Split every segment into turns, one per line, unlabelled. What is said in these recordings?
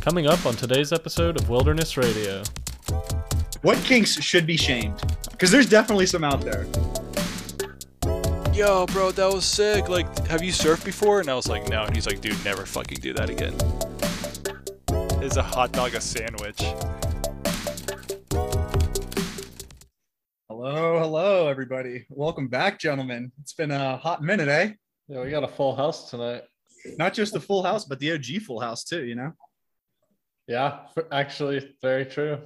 Coming up on today's episode of Wilderness Radio.
What kinks should be shamed? Because there's definitely some out there.
yo, bro, that was sick. Like, have you surfed before? And I was like, no. And he's like, dude, never fucking do that again. Is a hot dog a sandwich?
Hello, hello, everybody. Welcome back, gentlemen. It's been a hot minute, eh?
Yeah, we got a full house tonight.
Not just the full house, but the OG full house, too, you know?
Yeah, f- actually, very true.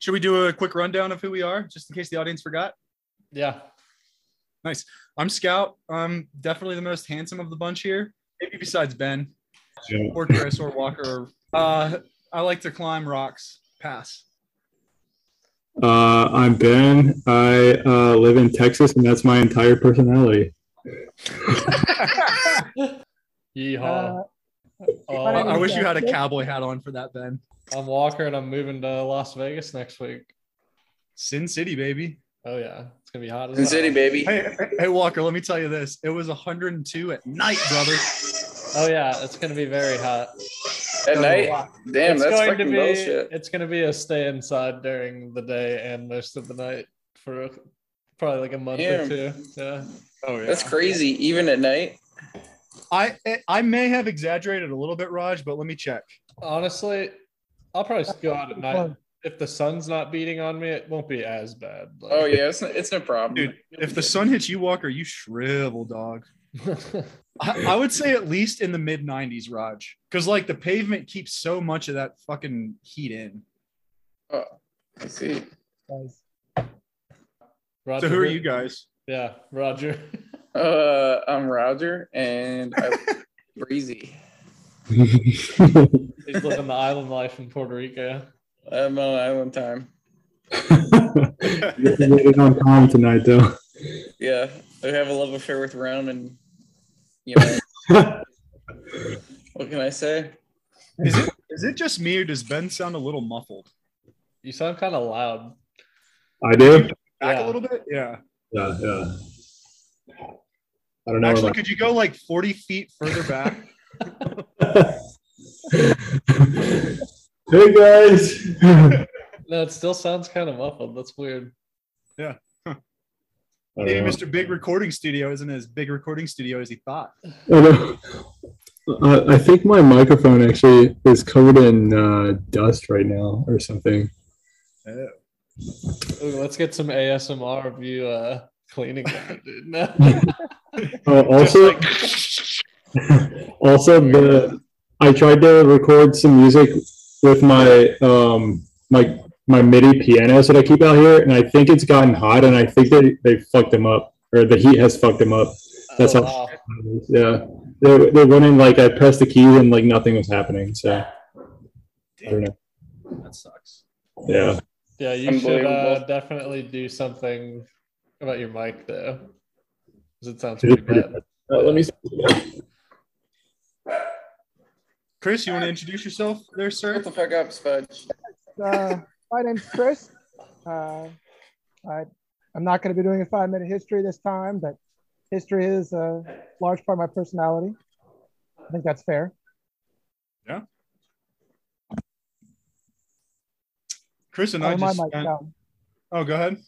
Should we do a quick rundown of who we are, just in case the audience forgot?
Yeah,
I'm Scout. I'm definitely the most handsome of the bunch here, maybe besides Ben
Yeah.
or Chris or Walker. Uh, I like to climb rocks. Pass.
Uh, I'm Ben. I uh, live in Texas, and that's my entire personality.
yeehaw. oh,
I, I
I'm,
wish you had a cowboy hat on for that, Ben.
I'm Walker and I'm moving to Las Vegas next week.
Sin City, baby.
Oh, yeah, it's gonna be hot as
Sin
hell.
City, baby.
Hey, hey, hey, Walker, let me tell you this. It was 102 at night, brother.
Oh, yeah, it's gonna be very hot.
At night. Damn,
it's
that's
going to
fucking
be
bullshit.
it's going to be a stay inside during the day and most of the night for probably like a month or
Damn.
two. Yeah.
Oh yeah.
That's crazy. Even at night.
I I may have exaggerated a little bit, Raj, but let me check.
Honestly, I'll probably just go out at night. If the sun's not beating on me, it won't be as bad. Like-
Oh yeah, it's, it's no problem.
Dude, If the sun hits you, Walker, you shrivel, dog.
yeah,
I, I would say at least in the mid 90s, Raj, because like the pavement keeps so much of that fucking heat in.
I see.
Roger,
So who are you guys?
Yeah, Roger.
Uh, I'm Roger, and I'm breezy.
He's living the island life in Puerto Rico.
I'm on island time.
You're waiting on Tom tonight, though.
Yeah, I have a love affair with rum, and you know what can I say?
Is it is it just me or does Ben sound a little muffled?
You sound kind of loud.
I do.
Back
Yeah.
a little bit? Yeah.
Yeah, yeah. I don't know.
Actually, could you go like 40 feet further back?
hey guys.
No, it still sounds kind of muffled. That's weird.
I
Maybe
don't know.
Mr. Big Recording Studio isn't as big recording studio as he thought.
I don't- Uh, I think my microphone actually is covered in uh, dust right now or something.
Oh,
Ooh, let's get some ASMR of you uh, cleaning that, dude. No.
Uh, also, also the I tried to record some music with my um my my MIDI pianos that I keep out here, and I think it's gotten hot, and I think they they fucked them up, or the heat has fucked them up. That's
Oh,
all. Yeah, they they running like I pressed the keys and like nothing was happening. So I don't know.
That sucks.
Yeah,
Yeah, you should uh,
Unbelievable.
definitely do something about your mic though, 'cause it sounds
It is
pretty bad.
Uh, let me. see.
Chris, you want to introduce yourself there, sir?
Shut the fuck up, Spudge.
uh, my name's Chris. Uh, I, I'm not going to be doing a five minute history this time, but history is a large part of my personality. I think that's fair.
Chris and
How,
I
does my
just.
mic
spent-
sound?
Oh, go ahead.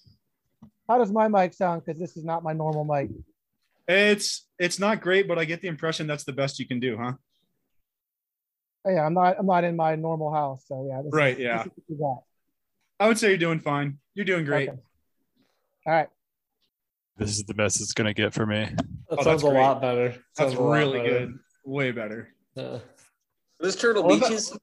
How does my mic sound? Because this is not my normal mic.
It's it's not great, but I get the impression that's the best you can do, huh?
Oh, yeah, I'm not. I'm not in my normal house, so yeah. This,
Right.
this
Yeah.
is what we got.
I would say you're doing fine. You're doing great.
Okay. All right.
This is the best it's gonna get for me.
That
Oh,
sounds
that's
a lot better.
That's
Sounds a lot
really
better.
good. Way better.
Yeah.
This turtle
What about-
beaches.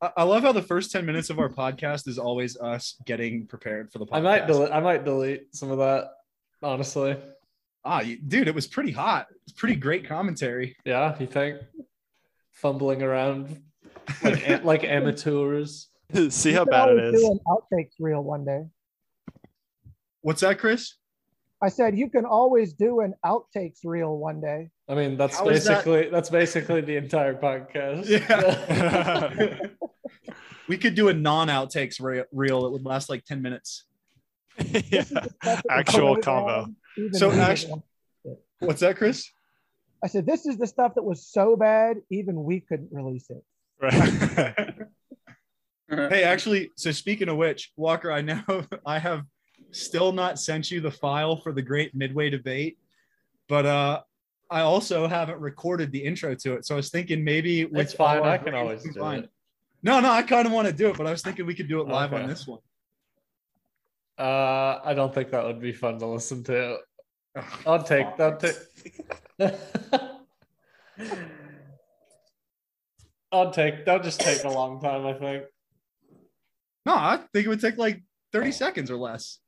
I, I love how the first 10 minutes of our podcast is always us getting prepared for the podcast.
I might delete. I might delete some of that. Honestly,
Ah, you, dude, it was pretty hot. It's pretty great commentary.
yeah. You think fumbling around like, a- like amateurs?
See
You
how
should
bad it
always
is.
Do an outtakes reel one day.
What's that, Chris?
I said you can always do an outtakes reel one day.
I mean, that's
How is that-
basically that's basically the entire podcast.
Yeah. we could do a non outtakes re- reel that would last like 10 minutes.
yeah. Actual combo.
So
actually.
actu- What's that, Chris?
I said, this is the stuff that was so bad, even we couldn't release it.
Right.
Uh-huh.
Hey, actually, so speaking of which, Walker, I now I have still not sent you the file for the Great Midway Debate, but uh, I also haven't recorded the intro to it. So I was thinking maybe
It's
with all
fine.
our
I can
brains
always do
combined-
it.
No, no, I kind of want to do it, but I was thinking we could do it live
Okay.
on this one.
Uh, I don't think that would be fun to listen to. I'll take that. I'll take. That'll just take a long time. I think.
No, I think it would take like 30 seconds or less.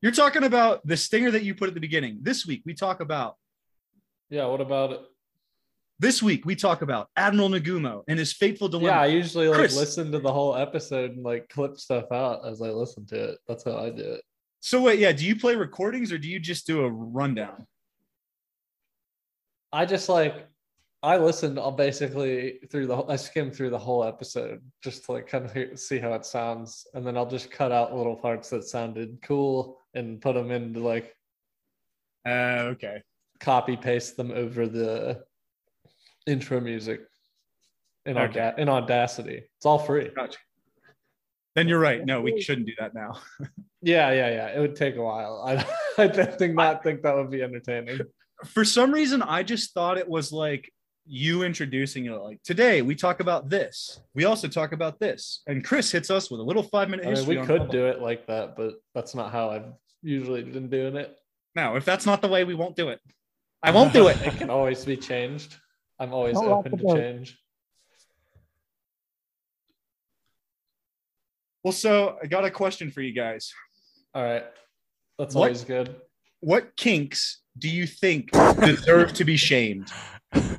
You're talking about the stinger that you put at the beginning. This week we talk about
Yeah. What about it?
this week we talk about Admiral Nagumo and his fateful dilemma.
Yeah, I usually like
Chris.
listen to the whole episode and like clip stuff out as I listen to it. That's how I do it.
So wait, yeah, do you play recordings or do you just do a rundown?
I just like I listened all basically through the whole- I skimmed through the whole episode just to like kind of hear, see how it sounds, and then I'll just cut out little parts that sounded cool and put them into like
Uh, okay.
copy paste them over the intro music in
Okay.
Auda- in Audacity. It's all free.
Then you're right. No, we shouldn't do that now.
Yeah, yeah, yeah. It would take a while. I I did not think that would be entertaining.
For some reason, I just thought it was like you introducing it. Like today, we talk about this. We also talk about this. And Chris hits us with a little five minute
I mean,
history.
we could do it like that, but that's not how I've usually been doing it.
No, if that's not the way, we won't do it. I won't do it.
It can always be changed. I'm always
Don't rock
open
the
to
boat.
change.
Well, so I got a question for you guys.
All right. That's
What?
always good.
What kinks do you think deserve to be shamed?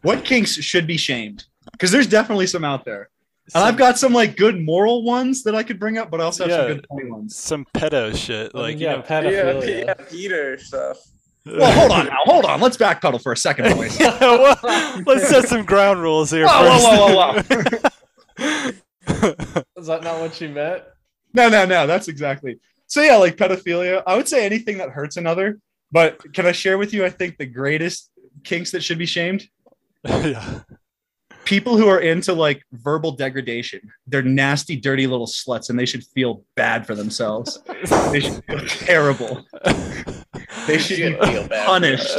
What kinks should be shamed? Because there's definitely some out there. And I've got some like good moral ones that I could bring up, but I also have
Yeah.
some good funny ones.
Some pedo shit.
I mean,
Like,
yeah,
yeah,
pedophilia.
yeah, Peter stuff.
you know.
Well, hold on now, hold on. Let's backpedal for a second, boys.
Well, Let's set some ground rules here.
Whoa,
first.
whoa, whoa,
Is that not what you meant?
no, no, no. That's exactly. So yeah, like pedophilia. I would say anything that hurts another. But can I share with you? I think the greatest kinks that should be shamed:
yeah.
people who are into like verbal degradation. They're nasty, dirty little sluts, and they should feel bad for themselves. they should feel terrible. They should
You
be
feel bad.
punished.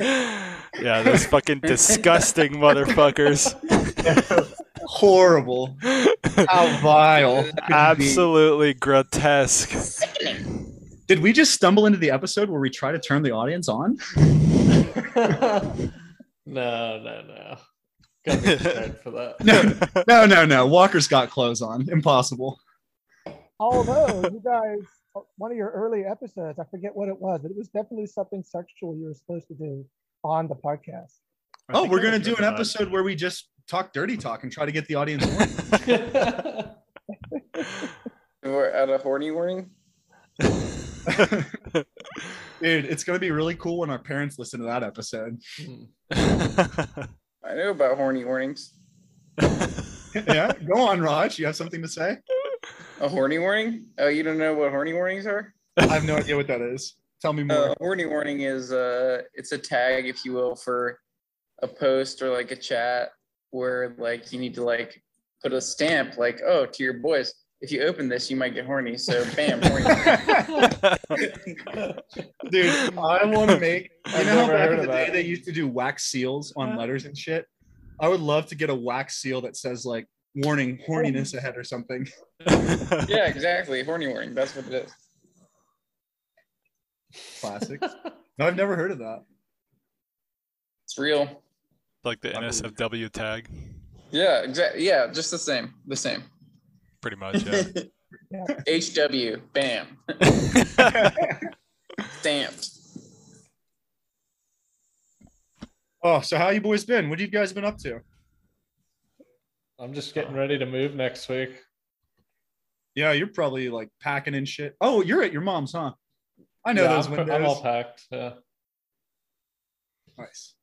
yeah, those fucking disgusting motherfuckers.
Horrible. How vile. could you be?
Absolutely grotesque.
Did we just stumble into the episode where we try to turn the audience on?
no, no, no. Got to be prepared for that.
No, no, no, no. Walker's got clothes on. Impossible.
Although you guys, uh, one of your early episodes, I forget what it was, but it was definitely something sexual you were supposed to do on the podcast.
Oh, we're gonna
I've
do an
heard that.
episode where we just talk dirty talk and try to get the audience. on.
We're at a horny warning.
Dude, it's gonna be really cool when our parents listen to that episode.
Hmm.
I know about horny warnings.
yeah, go on, Raj. You have something to say?
A horny warning? Oh, you don't know what horny warnings are?
I have no idea what that is. Tell me more.
Uh, a horny warning is uh, it's a tag, if you will, for a post or like a chat where like you need to like put a stamp, like oh, to your boys. If you open this, you might get horny. So bam, horny.
Dude, I want to make. You
I've
know how
never
back
heard of
in the day
that. Uh-huh.
they used to do wax seals on letters and shit. I would love to get a wax seal that says like "warning horniness ahead" or something.
yeah, exactly. Horny warning. That's what it is.
Classic. No, I've never heard of that.
It's real.
like the NSFW tag,
Yeah, exactly. Yeah, just the same. The same.
pretty much. Yeah.
HW. Bam. Stamped.
Oh, so how you boys been? What have you guys been up to?
I'm just getting
Oh.
ready to move next week.
Yeah, you're probably like packing and shit. Oh, you're at your mom's, huh? I know
Yeah,
those
I'm,
windows.
I'm all packed. Yeah.
nice.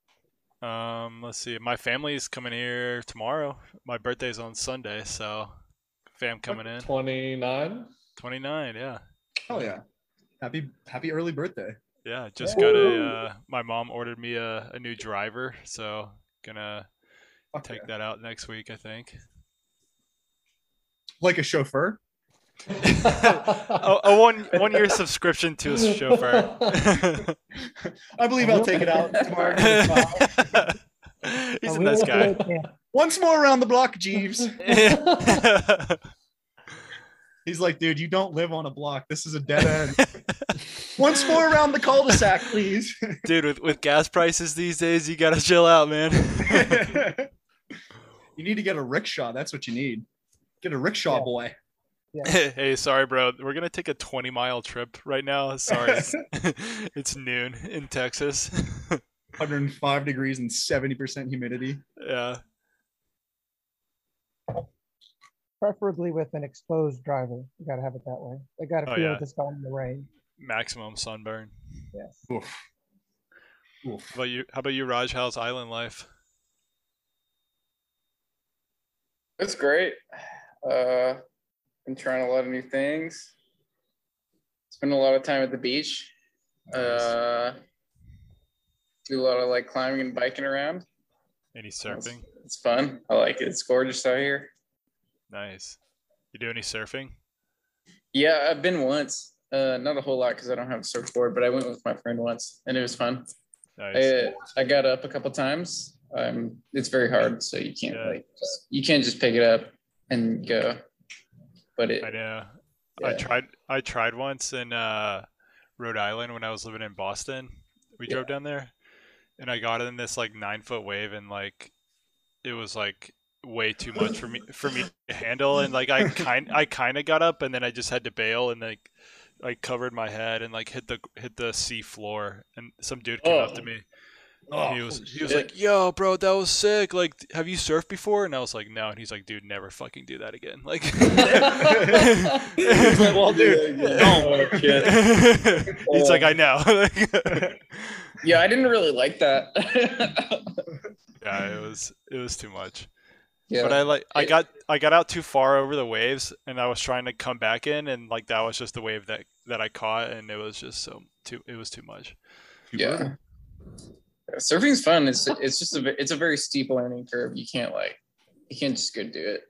Um, let's see. My family's coming here tomorrow. My birthday's on Sunday, so fam coming in.
29.
29, yeah.
Hell yeah! Happy happy early birthday.
Yeah, just got a uh, my mom ordered me a, a new driver, so gonna
Fuck
take
yeah.
that out next week, I think.
Like a chauffeur. Oh,
a, a Oh, one one year subscription to a chauffeur.
I believe I'll take it out tomorrow. Give it a smile.
He's a nice guy.
Once more around the block, Jeeves. He's like, dude, you don't live on a block. This is a dead end. Once more around the cul-de-sac, please.
Dude, with, with gas prices these days, you gotta chill out, man.
you need to get a rickshaw. That's what you need. Get a rickshaw
Yeah.
boy.
hey, sorry, bro. We're gonna take a 20 mile trip right now. Sorry, it's, it's noon in Texas.
105 degrees and 70% humidity.
yeah,
Preferably with an exposed driver. You got to have it that way. They got to
Oh,
feel
yeah.
it this going in the rain.
maximum sunburn.
Yes.
Oof. Oof.
How about you? How about you, Raj? How's island life?
That's great. Uh, been trying a lot of new things. Spend a lot of time at the beach. Uh, do a lot of like climbing and biking around.
Any
That's-
surfing?
It's fun. I like it. It's gorgeous out here.
Nice. You do any surfing?
Yeah, I've been once. Uh, not a whole lot because I don't have a surfboard, but I went with my friend once and it was fun.
Nice.
I, uh, I got up a couple times. Um, it's very hard, so you can't
Yeah.
like just, you can't just pick it up and go. But it
I know. I
yeah.
tried. I tried once in uh, Rhode Island when I was living in Boston. We
Yeah.
drove down there, and I got in this like nine foot wave, and like it was like way too much for me for me to handle. And like I kind I kind of got up, and then I just had to bail, and like I covered my head and like hit the hit the sea floor, and some dude came up to
Oh.
me.
Oh,
he was
holy
he was
shit.
like, "Yo, bro, that was sick. Like, have you surfed before?" And I was like, "No." And he's like, "Dude, never fucking do that again." Like,
He's like, well, dude,
Yeah, yeah.
don't.
Oh, shit.
He's like, I know.
Yeah, I didn't really like that.
yeah, it was it was too much.
yeah.
But I like I
It-
got I got out too far over the waves, and I was trying to come back in, and like that was just the wave that that I caught, and it was just so too it was too much.
yeah. Surfing's fun. It's it's just a ve- it's a very steep learning curve. You can't like you can't just go do it.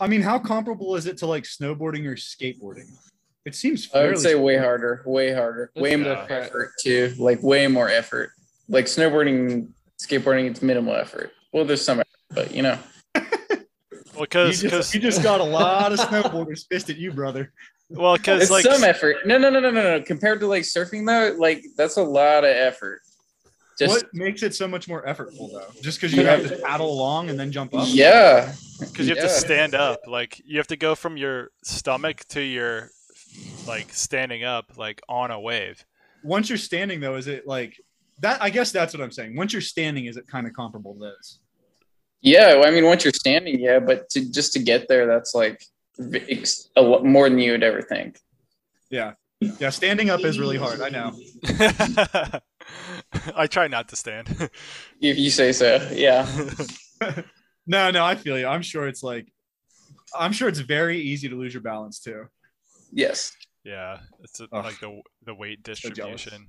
I mean, how comparable is it to like snowboarding or skateboarding? It seems
I
fairly.
would say way harder, way harder,
It's
way more
different.
effort too. Like way more effort. Like snowboarding, skateboarding, it's minimal effort. Well, there's some, effort, but you know,
Well,
you
because
just, you just got a lot of snowboarders pissed at you, brother.
well because
it's
like
some effort. No, no, no, no, no, no. Compared to like surfing though, like that's a lot of effort. Just
what makes it so much more effortful though? Just because you have to paddle along and then jump up?
yeah,
because you have to
Yeah.
stand up like you have to go from your stomach to your like standing up like on a wave
Once you're standing though, is it like that? I guess that's what I'm saying. Once you're standing, is it kind of comparable to this?
Yeah, well, I mean, once you're standing, yeah, but to just to get there, that's like v- ex- a lot more than you would ever think.
Yeah, standing up is really hard. I know.
i try not to stand
If you say so, yeah.
No, no, I feel you. I'm sure it's like, I'm sure it's very easy to lose your balance too.
Yes.
Yeah, it's a,
Ugh.
like the the weight
So jealous.
distribution.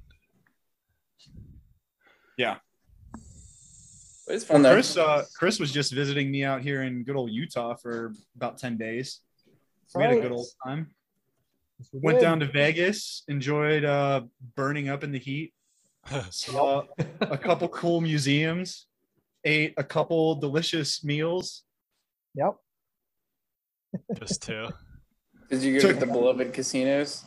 But it's fun though.
Chris, uh, Chris was just visiting me out here in good old Utah for about ten days. We had a good old time.
Yes, we
Went
did.
down to Vegas, enjoyed uh, burning up in the heat, saw a couple cool museums, ate a couple delicious meals.
Yep.
Just two.
Did you go to the beloved casinos?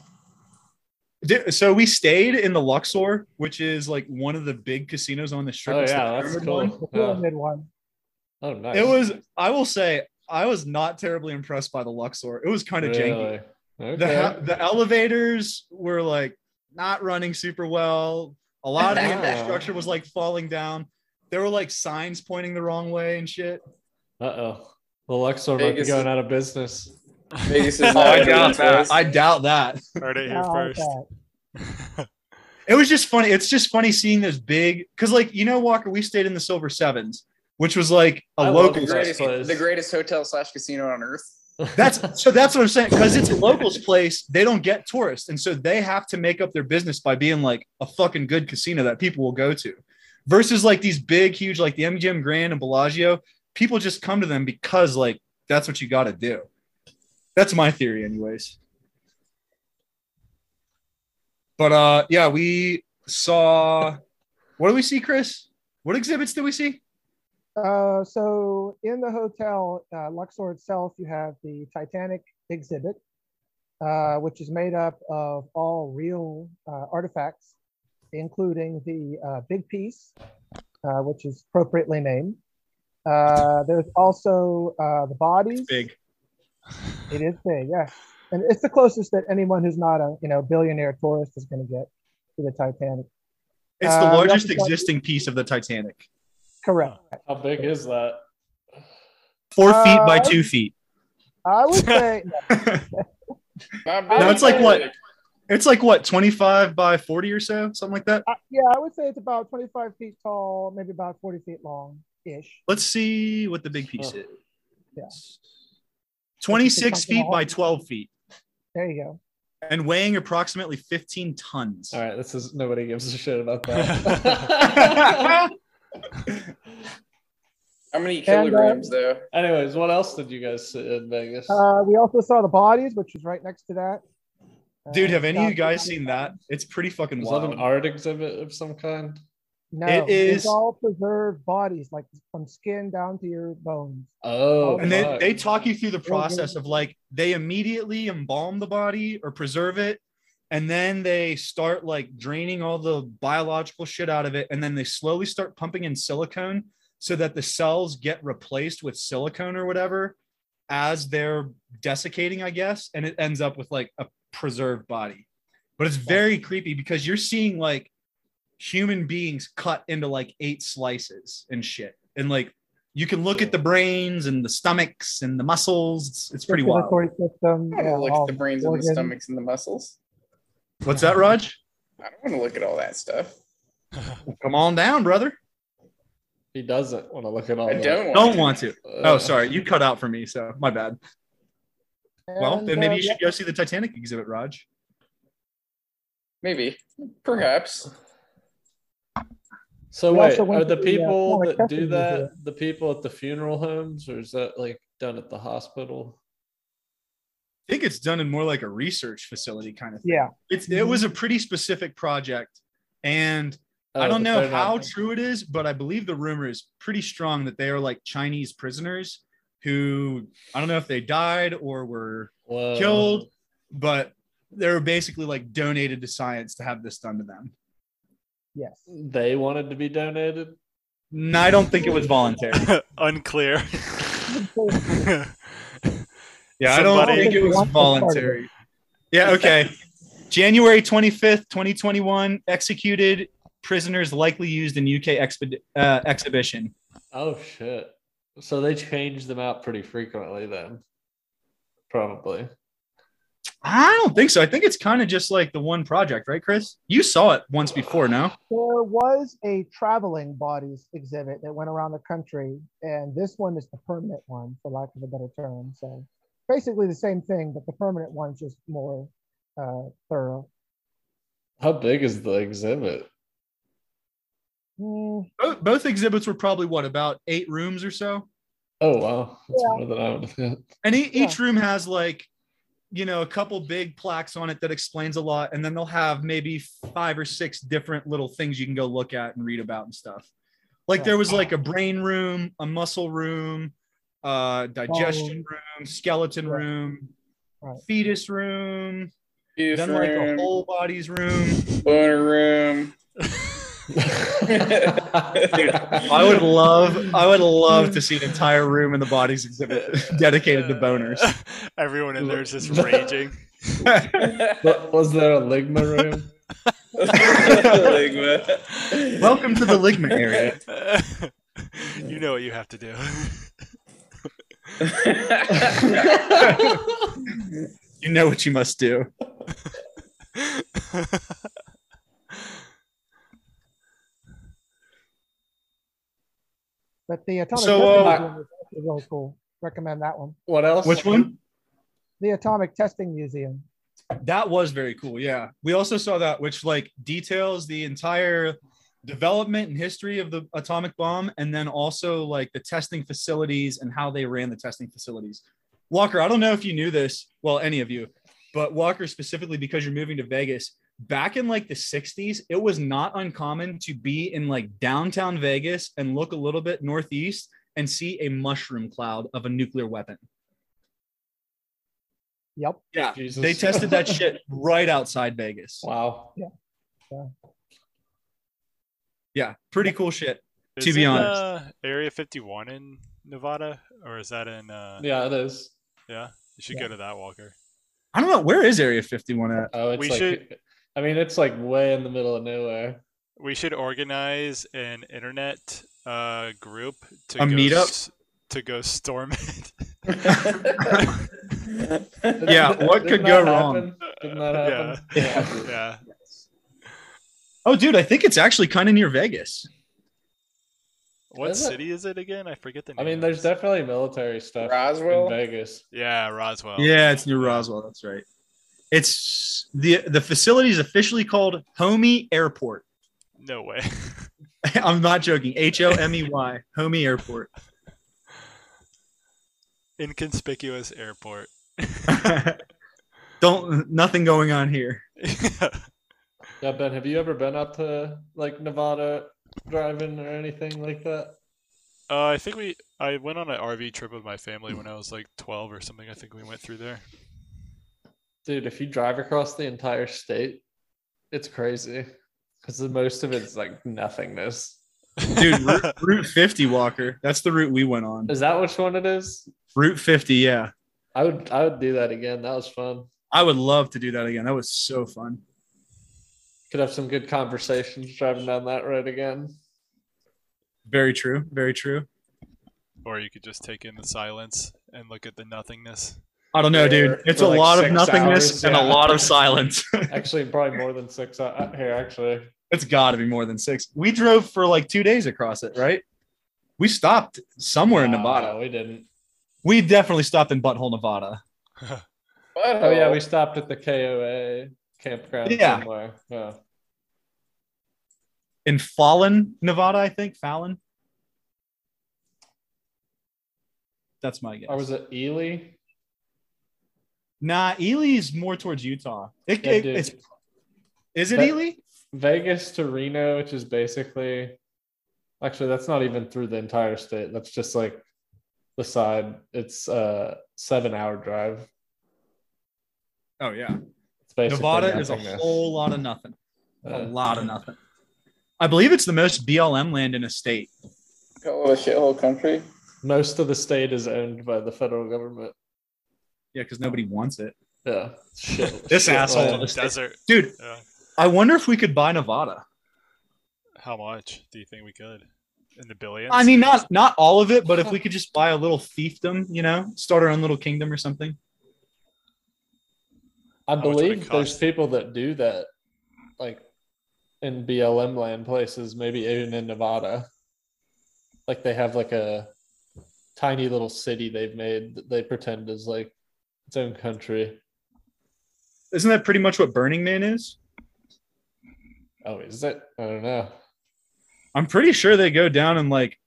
Di- So we stayed in the Luxor, which is like one of the big casinos on the strip.
oh
It's the
yeah, that's
pyramid one.
The
cool. Yeah.
pyramid one.
Oh, nice.
It was. I will say, I was not terribly impressed by the Luxor. It was kind of janky.
really.
The
Okay.
ha- the elevators were like not running super well. A lot of the
Yeah.
infrastructure was like falling down. There were like signs pointing the wrong way and shit.
uh oh, the Luxor might be
Vegas
going out of business.
Vegas is
Oh,
not
I
what it
doubt
is.
I doubt that.
Heard it here
Yeah, I like
first.
that.
It was just funny. It's just funny seeing those big because like you know Walker, we stayed in the Silver Sevens, which was like a
I love
local.
The
Vegas.
greatest,
Place.
the greatest hotel slash casino on earth.
That's so that's what I'm saying. Because it's a locals place, they don't get tourists. And so they have to make up their business by being like a fucking good casino that people will go to. Versus like these big, huge, like the MGM Grand and Bellagio, people just come to them because like that's what you got to do. That's my theory, anyways. But uh, yeah, we saw. What do we see, Chris? What exhibits did we see?
Uh, so in the hotel, uh, Luxor itself, you have the Titanic exhibit, uh, which is made up of all real uh, artifacts, including the uh, big piece, uh, which is appropriately named. Uh, there's also uh, the bodies.
Big.
It is big, yeah. And it's the closest that anyone who's not a you know billionaire tourist is going to get to the Titanic.
It's the
Uh, we
largest
also Uh, got-
existing piece of the Titanic.
Correct.
How big is that?
Four feet by
Uh,
two feet.
I would say
Not
No,
bad.
it's like what?
It's like what, 25 by 40 or so? Something like that.
I, yeah, I would say it's about 25 feet tall, maybe about 40 feet long ish.
Let's see what the big piece is.
Yeah.
26 feet by 12 feet
There you go.
and weighing approximately 15 tons.
All right, this is nobody gives a shit about that.
How many
And, uh,
kilograms though?
Anyways, what else did you guys see in Vegas?
Um,
Uh, we also saw the bodies, which is right next to that. Uh,
Dude, have any of you
Scott-
guys seen that? It's pretty fucking
Is that an
wild.
art exhibit of some kind?
No,
It
it's
is-
all preserved bodies, like from skin down to your bones.
Oh,
And they,
fuck.
they talk you through the process of like they immediately embalm the body or preserve it. And then they start like draining all the biological shit out of it. And then they slowly start pumping in silicone so that the cells get replaced with silicone or whatever as they're desiccating, I guess. And it ends up with like a preserved body. But it's very creepy because you're seeing like human beings cut into like eight slices and shit. And like you can look at the brains and the stomachs and the muscles. It's, it's pretty wild.
Circulatory system.
I don't want
yeah,
to look
all
at the brains and the
organs.
stomachs and the muscles.
What's that, Raj?
I don't want to look at all that stuff.
Come on down, brother.
he doesn't want to look at all.
I
that. Uh,
don't want.
Don't
to.
want to. Oh, sorry. You cut out for me. So my bad. Well,
And,
then
uh,
maybe you
yeah,
should go see the Titanic exhibit, Raj.
Maybe, perhaps.
So
We
wait,
also went
are the
to the, uh,
people
Florida
that do
Customs
that the people at the funeral homes, or is that like done at the hospital?
I think it's done in more like a research facility kind of thing.
Yeah.
It's, It
Mm-hmm.
was a pretty specific project. And I
Oh, but
don't know
they're not-
how true it is, but I believe the rumor is pretty strong that they are like Chinese prisoners who I don't know if they died or were
Whoa.
killed, but they were basically like donated to science to have this done to them.
Yes.
They wanted to be donated.
And I don't think it was voluntary.
Unclear.
Yeah, I don't
Somebody-
think it was voluntary. Yeah, okay. January 25th, 2021, executed prisoners likely used in UK exped- uh, exhibition.
Oh shit! So they change them out pretty frequently then, probably.
I don't think so. I think it's kind of just like the one project, right, Chris? You saw it once before, no?
There was a traveling bodies exhibit that went around the country, and this one is the permanent one, for lack of a better term. So basically the same thing, but the permanent one's just more uh, thorough.
How big is the exhibit?
Hmm,
Both, both exhibits were probably what about eight rooms or so,
Oh wow, that's
Yeah.
more than I would have.
and e- each room has like, you know, a couple big plaques on it that explains a lot, and then they'll have maybe five or six different little things you can go look at and read about and stuff. Like
Yeah.
there was like a brain room, a muscle room, uh,
um,
digestion room, skeleton
Right.
room,
Right.
fetus room,
Youth
then like a
room,
whole bodies room.
boner room.
I would love, I would love to see an entire room in the bodies exhibit dedicated to boners.
Everyone in there is just raging.
But was there a ligma room?
Ligma.
Welcome to the Ligma area.
you know what you have to do.
You know what you must do.
But the atomic
So,
testing
uh,
museum is actually really cool. Recommend that one.
What else?
Which one?
The atomic testing museum.
That was very cool. Yeah. We also saw that, which like details the entire development and history of the atomic bomb, and then also like the testing facilities and how they ran the testing facilities. Walker, I don't know if you knew this, well, any of you, but Walker, specifically because you're moving to Vegas, back in like the 60s, it was not uncommon to be in like downtown Vegas and look a little bit northeast and see a mushroom cloud of a nuclear weapon.
Yep.
Yeah.
Jesus.
They tested that shit right outside Vegas.
Wow.
Yeah. Pretty cool shit.
Is
To be
it,
honest.
uh, Area 51 in Nevada, or is that in? Uh,
Yeah, it is.
You should go to that, Walker.
I don't know. Where is Area 51 at?
Oh, it's
We
like,
should-
I mean, it's like way in the middle of nowhere.
We should organize an internet uh, group to
A
go
meetup?
s- to go storm it.
Didn't-
Yeah, what
didn't
could go
that
wrong?
happen? Didn't that happen?
yeah, yeah.
Oh, dude, I think it's actually kind of near Vegas.
What
Is it?
city is it again? I forget the name.
I mean,
of
there's
it.
definitely military stuff in
Roswell.
Vegas.
yeah, Roswell.
Oh. Yeah, it's near Roswell. That's right. It's the the facility is officially called Homey Airport.
No way.
I'm not joking. H O M E Y, Homey Airport.
Inconspicuous airport.
Don't nothing going on here.
Yeah, Ben, have you ever been up to like Nevada driving or anything like that?
Uh, I think we I went on an RV trip with my family when I was like 12 or something. I think we went through there.
Dude, if you drive across the entire state, it's crazy because most of it's like nothingness.
Dude, Route, Route 50 Walker. That's the route we went on.
Is that which one it is?
Route 50, yeah.
I would I would do that again. That was fun.
I would love to do that again. That was so fun.
Could have some good conversations driving down that road again.
Very true. Very true.
Or you could just take in the silence and look at the nothingness.
I don't know,
Yeah,
dude.
for-
It's
for
a
like
lot of
six
nothingness
hours,
and
yeah.
a lot of silence.
Actually, probably more than six out here. Actually,
it's got to be more than six. We drove for like two days across it, right? We stopped somewhere in
No,
Nevada.
Uh, No, we didn't.
We definitely stopped in Butthole, Nevada.
Oh yeah, we stopped at the KOA campground
Yeah.
somewhere. Yeah.
In Fallon, Nevada, I think. Fallon. That's my guess.
Or was it Ely?
nah, Ely's more towards Utah. It,
Yeah,
it-
dude.
it's, is it
That-
Ely?
Vegas to Reno, which is basically actually that's not even through the entire state. That's just like the side. It's a seven hour drive.
Oh, yeah.
It's basically
Nevada is a
nothingness.
whole lot of nothing. A
Uh,
lot of nothing. I believe it's the most BLM land in a state.
Oh, a shithole country.
most of the state is owned by the federal government.
Yeah, because nobody wants it.
Yeah. Shit.
This
shit
asshole.
land.
Desert.
Dude,
Yeah.
I wonder if we could buy Nevada.
How much do you think we could? In the billions?
I mean, not not all of it, but if we could just buy a little fiefdom, you know, start our own little kingdom or something.
I
much would it
believe there's
cost?
people that do that, like in BLM land places, maybe even in Nevada. Like they have like a tiny little city they've made that they pretend is like its own country.
Isn't that pretty much what Burning Man is?
Oh, is it? I don't know.
I'm pretty sure they go down and like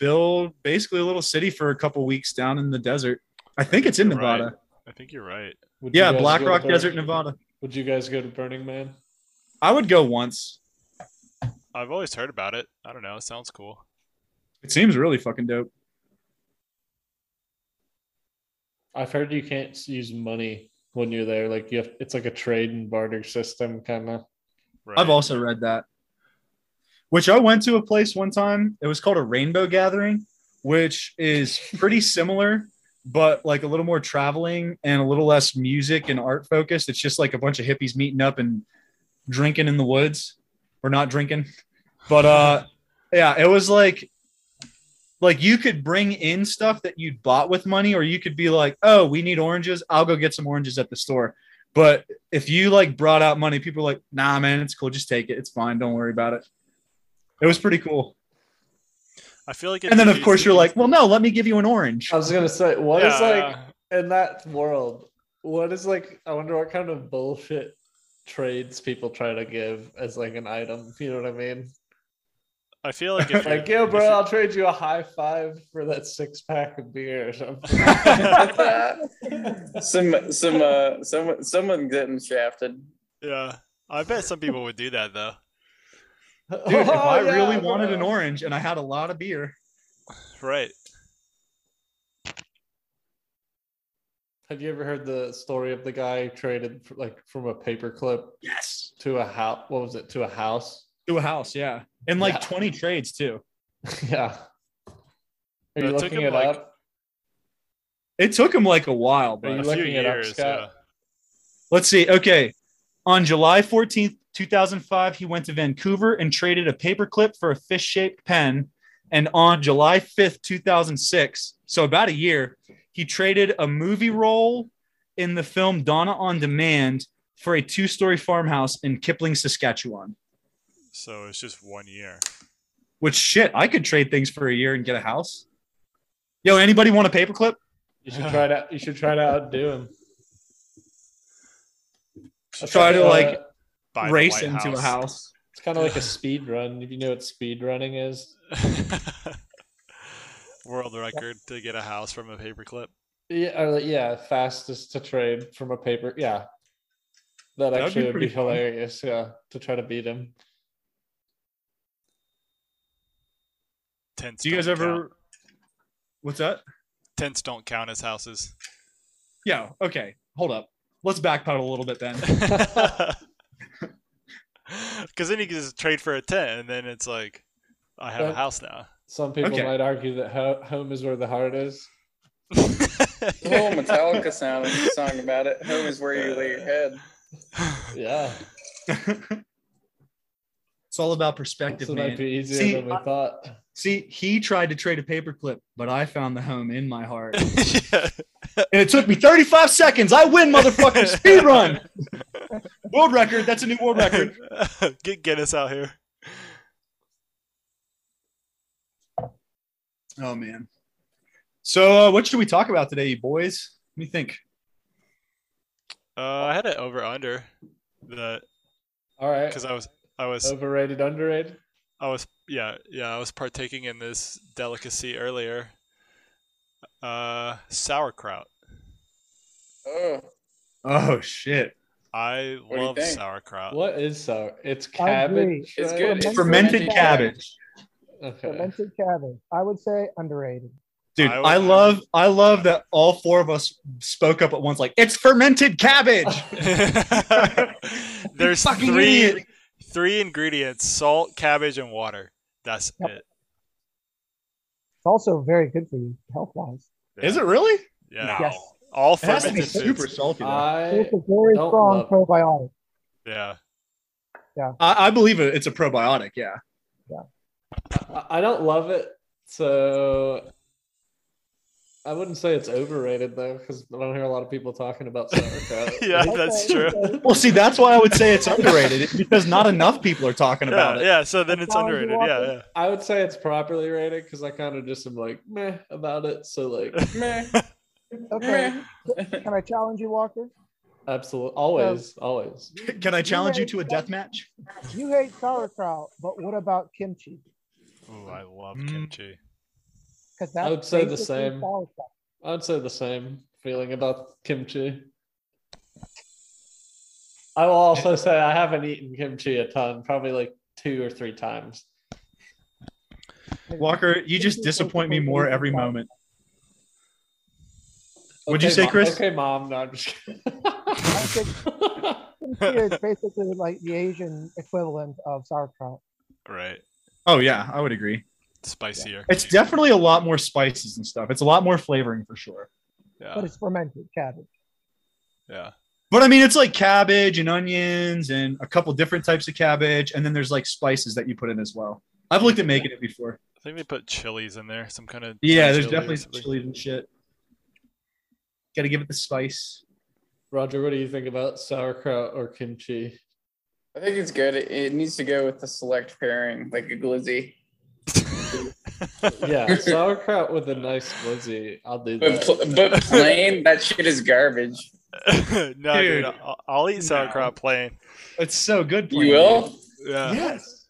build basically a little city for a couple weeks down in the desert. I think it's in
You're
Nevada.
right. I think you're right.
Would you
Yeah,
guys
Black
go to
Rock
Burn-
Desert, Nevada.
Would you guys go to Burning Man?
I would go once.
I've always heard about it. I don't know. It sounds cool.
It seems really fucking dope.
I've heard you can't use money when you're there. Like you have, it's like a trade and barter system kind of.
Right.
I've also read that. Which I went to a place one time. It was called a Rainbow Gathering, which is pretty similar, but like a little more traveling and a little less music and art focused. It's just like a bunch of hippies meeting up and drinking in the woods or not drinking. But uh yeah, it was like like you could bring in stuff that you'd bought with money or you could be like, "Oh, we need oranges. I'll go get some oranges at the store." But if you like brought out money, people were like, nah, man, it's cool. Just take it. It's fine. Don't worry about it. It was pretty cool.
I feel like. it
And then, of
defeats
course,
the
you're like,
purpose-
well, no, let me give you an orange.
I was gonna say, what is
Yeah,
like
yeah.
in that world, what is like? I wonder what kind of bullshit trades people try to give as like an item. You know what I mean?
I feel like if
Like,
you're-
yo, bro,
if
I'll trade you a high five for that six pack of beer or something.
some some uh some someone getting shafted.
you're- yeah, I bet some people would do that though.
Dude, if
Oh,
I
yeah,
really wanted
bro.
an orange and I had a lot of beer,
Right?
Have you ever heard the story of the guy traded for, like from a paperclip
yes,
to a house? What was it? To a house?
to a house, yeah, and like
Yeah.
20 trades too.
yeah. Are you
It took
looking
him,
it
like,
up?
It took him like a while,
Are
but
you
a few
looking it up,
years. yeah.
Scott?
Let's see. Okay. On July 14th, 2005, he went to Vancouver and traded a paperclip for a fish shaped pen. And on July 5th, 2006, so about a year, he traded a movie role in the film Donna on Demand for a two story farmhouse in Kipling, Saskatchewan.
So it's just one year.
Which shit, I could trade things for a year and get a house. Yo, anybody want a paperclip?
You should try to. You should try to outdo him. That's
Try to,
uh,
like,
Buy the
Race
White
into a house.
It's kind of like a speed run. If you know what speed running is.
World record to get a house from a paperclip.
Yeah. Or like, yeah. Fastest to trade from a paper. Yeah. That
That'd
actually
be
would be
pretty fun.
hilarious. Yeah. To try to beat him.
Tents
Do you guys
don't
ever.
count.
What's that?
tents don't count as houses?
Yeah. Okay. Hold up. Let's backpedal a little bit then.
Because then you can just trade for a tent, and then it's like, I have a
That-
house now.
Some people
Okay.
might argue that ho- home is where the heart is.
The whole Metallica sound song about it. Home is where you lay your head.
Yeah.
it's all about perspective,
So it
man.
might be easier
See,
than we
I-
thought.
See, he tried to trade a paperclip, but I found the home in my heart. and
yeah.
it took me 35 seconds. I win, motherfucker. Speed run. world record. That's a new world record.
Get Guinness out here.
Oh, man. So, uh, what should we talk about today, you boys? Let me think.
Uh, I had it over under the
All right.
because I was I was
Overrated, underrated.
I was yeah yeah I was partaking in this delicacy earlier. Uh, sauerkraut.
Oh,
Oh, shit.
I
do you
love
think?
sauerkraut.
What is so? It's
I agree.
cabbage.
it's
right?
good. It's
Fermented cabbage.
Okay.
fermented cabbage. I would say underrated.
Dude,
I
I,
would-
love I love that all four of us spoke up at once like it's fermented cabbage.
There's
Fucking
three
idiot.
three ingredients: salt, cabbage, and water. That's
Yep.
it.
It's also very good for you health wise.
Yeah.
Is it really?
Yeah.
Yes.
All
It has to be
fermented
super
foods.
salty. Though.
I
It's a very
don't
strong
love-
probiotic.
Yeah.
I, I believe it, it's a probiotic. Yeah.
I- I don't love it, so I wouldn't say it's overrated though, because I don't hear a lot of people talking about sauerkraut.
Yeah,
Okay,
that's true.
so
Well, see, that's why I would say it's underrated it's because not enough people are talking about
Yeah,
it.
yeah, so then it's
Apology
underrated.
walking.
Yeah,
I would say it's properly rated because I kind of just am like meh about it. So like,
meh,
Okay,
meh.
can I challenge you, Walker?
absolutely, always, always.
Can I challenge you to a death match?
You hate sauerkraut, but what about kimchi?
yeah. Ooh, I love
Mm.
kimchi.
Because that's
I would say the
basically
same.
sauerkraut.
I'd say the same feeling about kimchi. I will also say I haven't eaten kimchi a ton, probably like two or three times.
Walker, you just disappoint me more every moment. What'd you
Okay,
say,
Mom-
Chris?
Okay, mom. No, I'm just kidding.
I think kimchi is basically like the Asian equivalent of sauerkraut.
Right.
Oh yeah, I would agree.
Spicier.
It's definitely a lot more spices and stuff. It's a lot more flavoring for sure.
but
Yeah.
it's fermented cabbage.
Yeah.
But I mean, it's like cabbage and onions and a couple different types of cabbage, and then there's like spices that you put in as well. I've looked at making it before.
I think they put chilies in there, some kind of
Yeah, there's
chili or
definitely some
something.
chilies and shit. Got to give it the spice.
Roger, what do you think about sauerkraut or kimchi?
I think it's good. It, it needs to go with the select pairing, like a glizzy.
Yeah, sauerkraut with a nice glizzy. I'll do
But,
that.
pl- but plain, that shit is garbage.
no, dude,
Dude.
I'll, I'll eat sauerkraut plain.
It's so good.
You will?
Yeah.
Yes.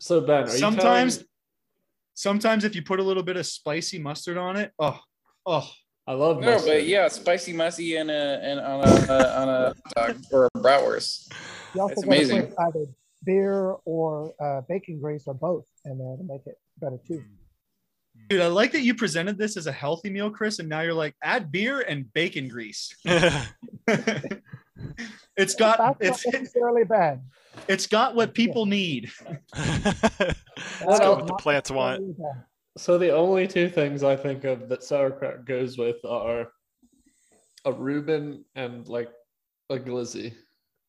So Ben, are you telling-
Sometimes- Sometimes if you put a little bit of spicy mustard on it, oh, oh,
I love
No,
mustard.
but yeah, spicy musty and a and on a uh, on a hot dog or a bratwurst.
You also
It's
gotta
amazing.
put either beer or uh, bacon grease or both in there to make it better too.
dude, I like that you presented this as a healthy meal, Chris, and now you're like, add beer and bacon grease. it's got
That's
it's
not necessarily bad.
it's got what people need.
Let's go
That's
with
the
not
plants want.
necessarily bad.
So the only two things I think of that sauerkraut goes with are a Reuben and like a glizzy.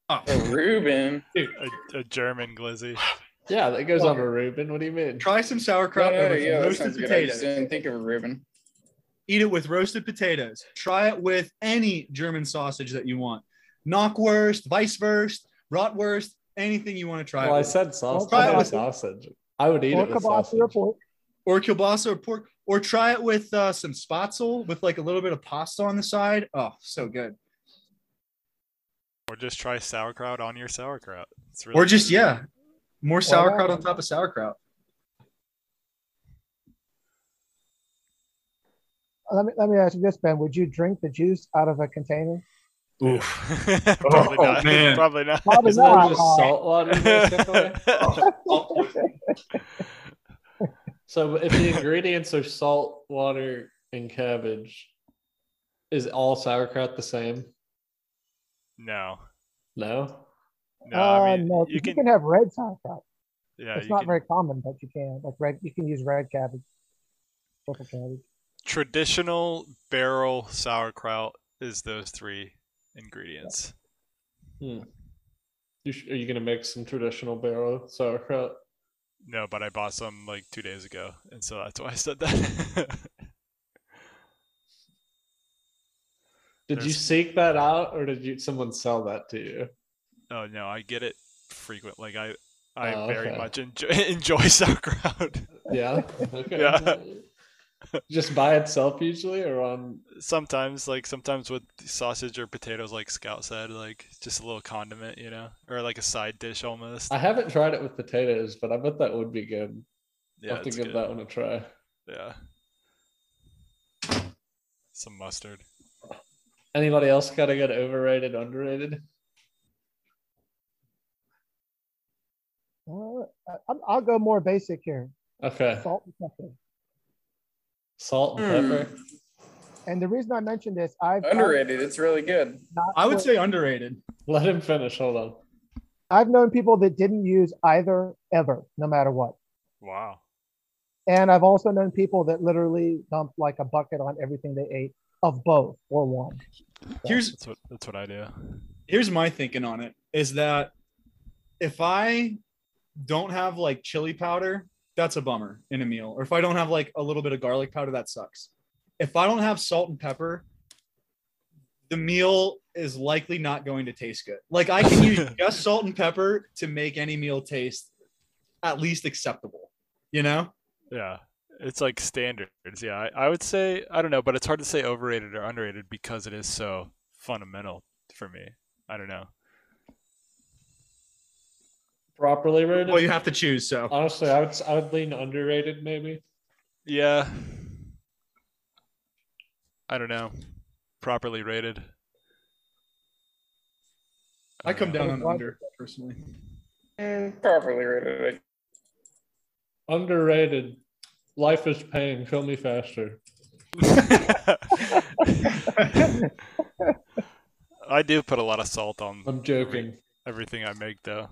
Oh,
A Reuben.
a, a German glizzy.
Yeah, that goes on a Reuben. What do you mean?
try some sauerkraut
Yeah,
with
yeah, that
roasted
sounds good. I
potatoes.
just didn't think of a Reuben.
Eat it with roasted potatoes. Try it with any German sausage that you want. Knockwurst, weisswurst, bratwurst, anything you want to try. it
Well, I
with.
said sausage.
Try it
I
with-
sausage. I would eat
Or
it with
kielbasa
sausage.
or pork.
or kielbasa or pork, or try it with uh, some spatzel with like a little bit of pasta on the side. Oh, so good.
Or just try sauerkraut on your sauerkraut. It's really
Or just yeah, more sauerkraut
that-
on top of sauerkraut.
Let me let me ask you this, Ben. Would you drink the juice out of a container?
probably
Oh,
not.
man.
Probably not.
Probably
Isn't that
not.
just salt water? basically? so if the ingredients are salt, water, and cabbage, is all sauerkraut the same?
no.
No.
No, I
Uh,
mean,
no, 'cause
you can,
have red sauerkraut.
yeah,
it's
you
not
can,
very common, but you can like red. You can use red cabbage, purple cabbage.
traditional barrel sauerkraut is those three ingredients.
You sh- are you gonna make some traditional barrel sauerkraut?
No, but I bought some like two days ago, and so that's why I said that.
Did you
There's-
seek that out, or did you someone sell that to you?
oh no, I get it frequent. Like I, I
Oh,
very
okay.
much enjoy enjoy sauerkraut.
Yeah. Okay.
Yeah.
Just by itself usually, or on
sometimes, like sometimes with sausage or potatoes, like Scout said, like just a little condiment, you know, or like a side dish almost.
I haven't tried it with potatoes, but I bet that would be good.
yeah,
I'll have to
it's
give
good.
that one a try.
Yeah. Some mustard.
Anybody else got to get overrated, underrated?
Uh, I- I'm- I'll go more basic here.
Okay.
Salt and pepper.
Salt and
Hmm.
pepper.
And the reason I mentioned this, I've I've
Underrated. It's really good.
not
I would
put-
say underrated.
Let him finish. Hold on.
I've known people that didn't use either ever, no matter what.
Wow.
And I've also known people that literally dumped like a bucket on everything they ate of both or one.
Here's
That's what that's what I do.
here's my thinking on it is that if I don't have like chili powder, that's a bummer in a meal. Or if I don't have like a little bit of garlic powder, that sucks. If I don't have salt and pepper, the meal is likely not going to taste good. Like I can use just salt and pepper to make any meal taste at least acceptable, you know?
Yeah. It's like standards. Yeah. I, I would say I don't know, but it's hard to say overrated or underrated because it is so fundamental for me. I don't know.
Properly rated.
Well, you have to choose. So
Honestly, I would s- I would lean underrated maybe.
Yeah. I don't know. Properly rated.
I come
don't
down
know.
on under personally.
Mm, properly rated.
Underrated. Life is pain. Kill me faster.
I do put a lot of salt on
I'm joking.
everything I make though.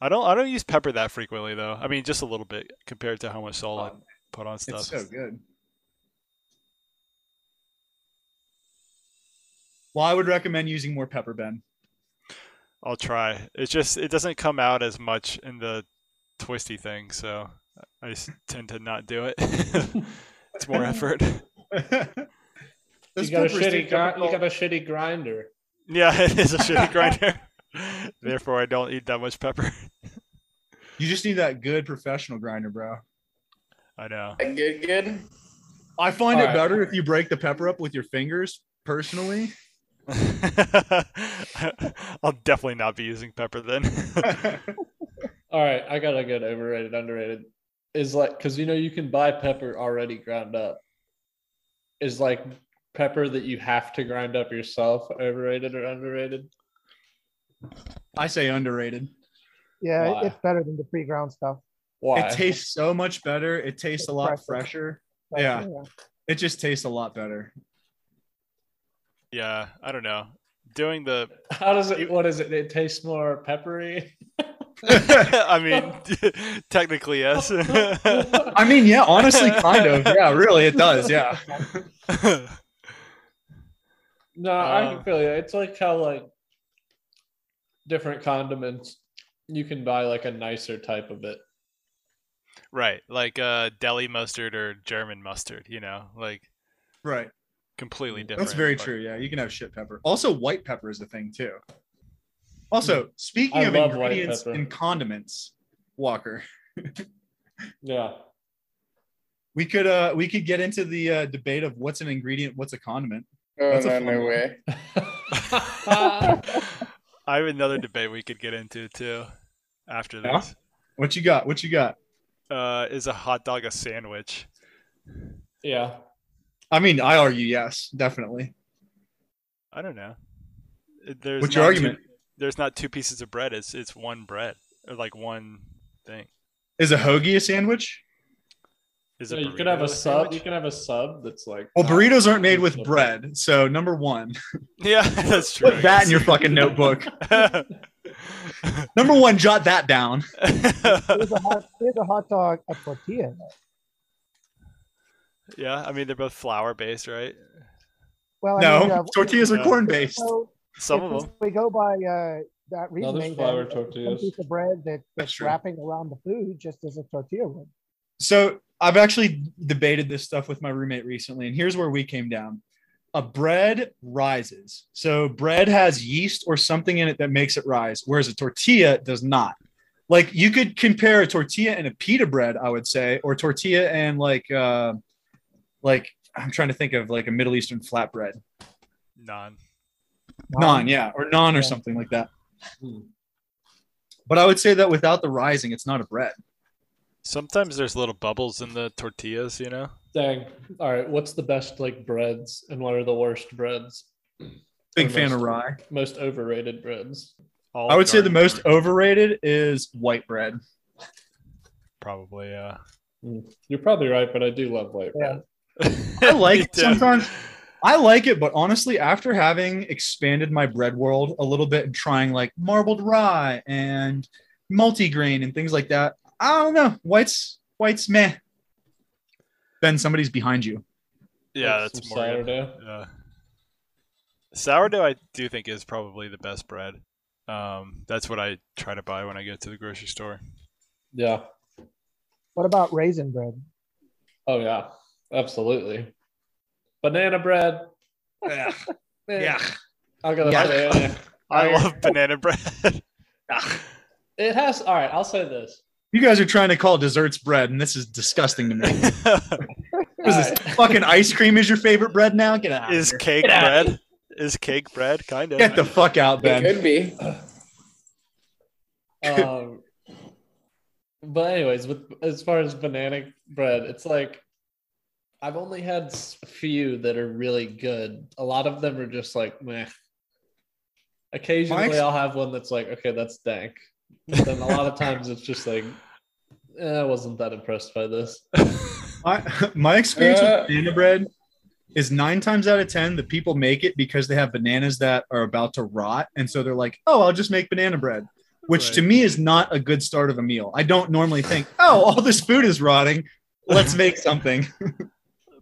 I don't I don't use pepper that frequently though. I mean just a little bit compared to how much salt I put on stuff.
Oh, It's so good. Well, I would recommend using more pepper, Ben.
I'll try. It's just it doesn't come out as much in the twisty thing, so I s- tend to not do it. it's more effort.
Those
you got a
peppers
shitty.
do
Gri- you
difficult-
got a shitty grinder.
Yeah, it is a shitty grinder. Therefore, I don't eat that much pepper.
You just need that good professional grinder, bro.
I know.
Like, Good, good.
I find
All
it
right.
better if you break the pepper up with your fingers. Personally,
I'll definitely not be using pepper then.
I
All right, I got a good overrated, underrated. Is like because you know you can buy pepper already ground up. Is like pepper that you have to grind up yourself overrated or underrated?
I say underrated.
Yeah,
Why?
it's better than the pre-ground stuff.
Why?
It tastes so much better. It tastes a lot
Fresh.
fresher.
But,
Yeah. It just tastes a lot better.
Yeah, I don't know. Doing the,
How does it? What is it? It tastes more peppery.
I mean, technically yes.
I mean, yeah, honestly, kind of. Yeah, really, it does. Yeah.
No, I can
Uh,
feel you. It's like how like different condiments you can buy like a nicer type of it.
right, like uh, deli mustard or German mustard. You know, like
Right.
completely different.
Mm, That's very
but-
true. Yeah, you can have shit pepper. Also, white pepper is a thing too. Also, speaking
I
of
love white
ingredients
pepper.
and condiments, Walker,
Yeah.
we could uh we could get into the uh, debate of what's an ingredient, what's a condiment.
Oh
That's a fun
no, no
one.
way.
I
I have another debate we could get into too after
Yeah?
this.
What you got? What you got?
Uh, is a hot dog a sandwich?
yeah.
I mean, I argue yes, definitely.
I don't know. There's
What's your
not two-
argument?
there's not two pieces of bread. It's it's one bread or like one thing.
Is a hoagie a sandwich?
Is
So
it?
you could have a sub. You
sandwich?
can have a sub that's like.
Well,
not-
burritos aren't made with
Okay.
bread, so number one,
Yeah, that's true.
put that in your fucking notebook. Number one, jot that down.
There's a hot, there's a hot dog, a tortilla. in it.
yeah, I mean they're both flour based, right?
Well, I mean,
No,
yeah,
tortillas are
No.
corn based.
So
Some
if
of them.
we go by uh, that
No,
reasoning,
there's
then
flour
some
tortillas.
piece of bread that
That's true.
wrapping around the food just as a tortilla would.
So I've actually debated this stuff with my roommate recently, and here's where we came down. A bread rises. So bread has yeast or something in it that makes it rise, whereas a tortilla does not. Like you could compare a tortilla and a pita bread, I would say, or tortilla and like uh like I'm trying to think of like a Middle Eastern flatbread.
None.
Naan, yeah, or naan
Yeah.
or something like that.
Hmm.
But I would say that without the rising, it's not a bread.
Sometimes there's little bubbles in the tortillas, you know.
Dang. All right. What's the best like breads and what are the worst breads?
Big
Or
fan of
most-
rye.
Most overrated breads.
Olive
I would say the
Garden
most
or-
overrated is white bread.
probably. Yeah.
You're probably right, but I do love white
Yeah.
bread.
I like it
Yeah.
sometimes. I like it, but honestly, after having expanded my bread world a little bit and trying like marbled rye and multigrain and things like that, I don't know. White's white's meh. Then somebody's behind you.
Yeah,
Like
that's
some
more.
sourdough.
Yeah. Sourdough, I do think is probably the best bread. Um, that's what I try to buy when I get to the grocery store.
Yeah.
What about raisin bread?
Oh yeah. Absolutely. Banana bread.
Yeah.
Eh, I'll go with
Yeah.
banana.
I
I-
love banana bread.
It has. All right. I'll say this.
You guys are trying to call desserts bread, and this is disgusting to me. What is
All
this?
right.
Fucking ice cream is your favorite bread now? Get out.
is
here.
cake bread? Is cake bread kind of?
Get the fuck out, Ben.
It could be.
um, but anyways, with as far as banana bread, it's like I've only had s- few that are really good. A lot of them are just like meh. Occasionally,
ex-
I'll have one that's like, okay, that's dank. But then a lot of times, it's just like, eh, I wasn't that impressed by this.
My, my experience
Uh.
with banana bread is nine times out of ten the people make it because they have bananas that are about to rot, and so they're like, "Oh, I'll just make banana bread," which to
Right.
me is not a good start of a meal. I don't normally think, "Oh, all this food is rotting, let's make something."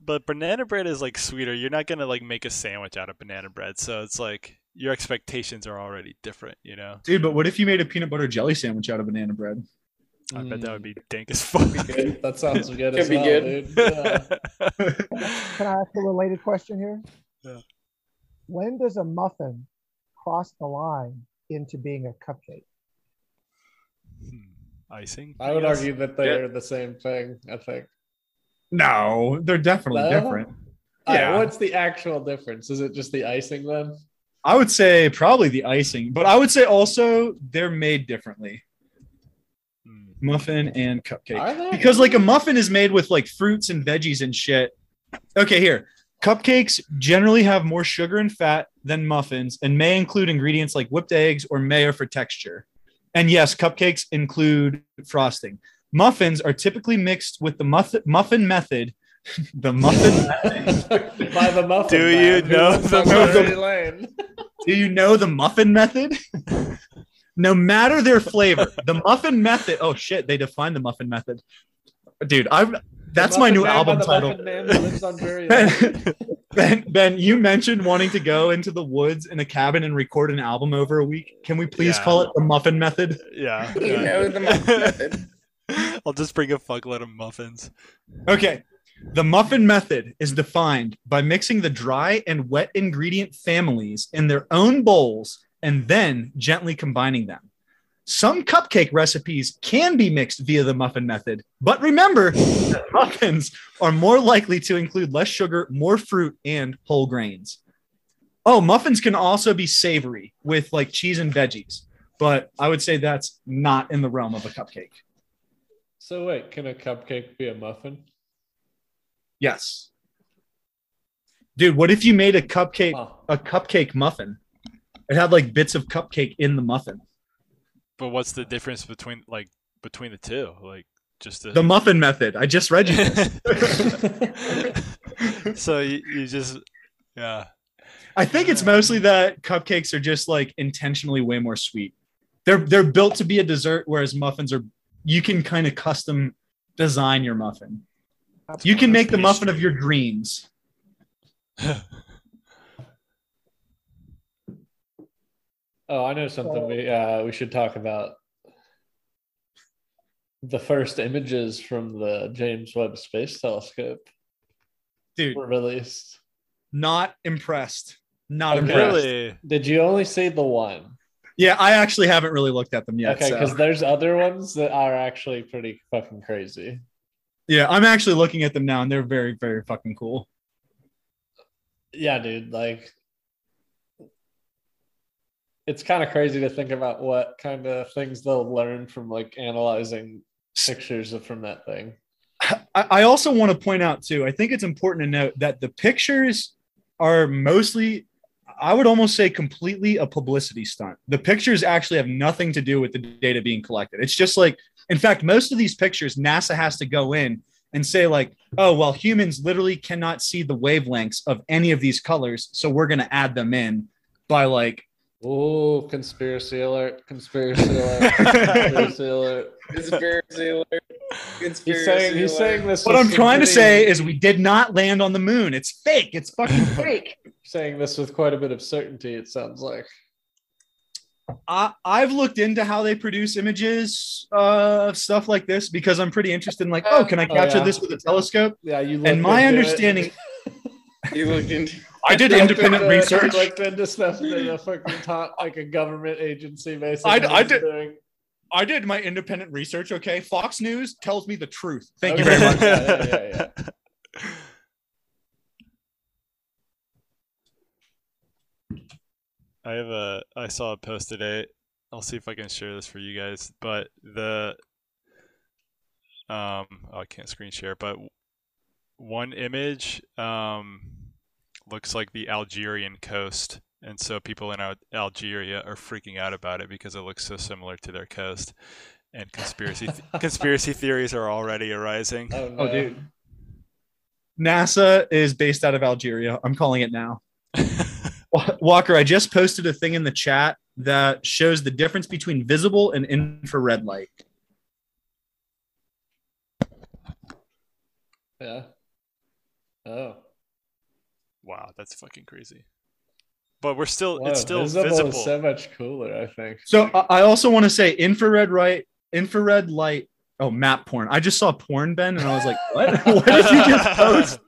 but banana bread is like sweeter. You're not gonna like make a sandwich out of banana bread, so it's like your expectations are already different. You know,
Dude, but what if you made a peanut butter jelly sandwich out of banana bread?
I bet that would be dank as fuck.
Good.
Mm. That sounds good
Could
as
be
well,
good.
dude. Yeah.
Can I ask a related question here?
Yeah.
When does a muffin cross the line into being a cupcake?
Hmm. Icing.
I would
guess?
argue that they are the same thing. I think.
No, they're definitely
No?
different.
Yeah.
Yeah.
what's the actual difference? Is it just the icing then?
I would say probably the icing, but I would say also they're made differently.
Hmm.
Muffin and cupcake.
Are they?
Because like a muffin is made with like fruits and veggies and shit. Okay, here. Cupcakes generally have more sugar and fat than muffins and may include ingredients like whipped eggs or mayo for texture. And yes, cupcakes include frosting. Muffins are typically mixed with the muff- muffin method. the muffin.
by the muffin.
Do you
Man,
know
who's
the
on
muffin-
Drury Lane?
Do you know the muffin method? no matter their flavor, the muffin method. Oh shit, they defined the muffin method. Dude, I've that's
The
my
muffin
new
man by
album
the
title.
muffin man who lives on Drury Lane.
Ben, ben, Ben, you mentioned wanting to go into the woods in a cabin and record an album over a week. Can we please
Yeah.
call it the Muffin Method?
Yeah.
You know the muffin method.
method. I'll just bring a fuckload of muffins.
Okay. The Muffin Method is defined by mixing the dry and wet ingredient families in their own bowls and then gently combining them. Some cupcake recipes can be mixed via the muffin method, but remember that muffins are more likely to include less sugar, more fruit, and whole grains. Oh, muffins can also be savory with like cheese and veggies, but I would say that's not in the realm of a cupcake.
So wait, can a cupcake be a muffin?
Yes. Dude, what if you made a cupcake
Huh.
a cupcake muffin? It had like bits of cupcake in the muffin.
But what's the difference between like between the two? Like just the,
The muffin method. I just read you.
so you, you just yeah.
I think it's mostly that cupcakes are just like intentionally way more sweet. They're they're built to be a dessert, whereas muffins are you can kind of custom design your muffin. You can make the muffin of your dreams.
Oh, I know something we uh, we should talk about. The first images from the James Webb Space Telescope
Dude,
were released.
not impressed. Not
Okay.
impressed.
Really?
Did you only see the one?
Yeah, I actually haven't really looked at them yet.
okay,
so-
because there's other ones that are actually pretty fucking crazy.
Yeah, I'm actually looking at them now, and they're very, very fucking cool.
Yeah, dude, like it's kind of crazy to think about what kind of things they'll learn from like analyzing pictures of from that thing.
I, I also want to point out too. I think it's important to note that the pictures are mostly, I would almost say, completely a publicity stunt. The pictures actually have nothing to do with the data being collected. It's just like, in fact, most of these pictures, NASA has to go in and say like, oh well, humans literally cannot see the wavelengths of any of these colors, so we're going to add them in by like
Oh, conspiracy alert, conspiracy alert, conspiracy alert.
Conspiracy alert.
He's
Conspiracy
saying he's
alert.
saying this
What
with
I'm trying to
pretty-
say is we did not land on the moon. It's fake. It's fucking fake.
saying this with quite a bit of certainty, it sounds like.
I, I've looked into how they produce images uh, of stuff like this because I'm pretty interested in like, oh, can I
Oh,
capture
yeah.
this with a telescope?
Yeah, you looked
And my
into it.
understanding,
You looked into
I did
Looked
independent
into-
research.
Looked into stuff that a fucking top, like a government agency basically.
I- I
was
did-
doing.
I did my independent research. Okay, Fox News tells me the truth. Thank you
Okay.
very much.
Yeah, yeah, yeah,
I have a I saw a post today. I'll see if I can share this for you guys. But the um oh, I can't screen share, but w- one image um looks like the Algerian coast. And so people in Al- Algeria are freaking out about it because it looks so similar to their coast. And conspiracy th- conspiracy theories are already arising.
Oh,
Oh,
no.
dude. NASA is based out of Algeria. I'm calling it now. Wa- Walker, I just posted a thing in the chat that shows the difference between visible and infrared light.
Yeah. Oh.
Wow, that's fucking crazy. But we're still
Wow,
it's still
visible,
visible.
is so much cooler, I think.
So uh, I I also want to say infrared light, infrared light. Oh, map porn. I just saw porn, Ben, and I was like, what? what did you just post?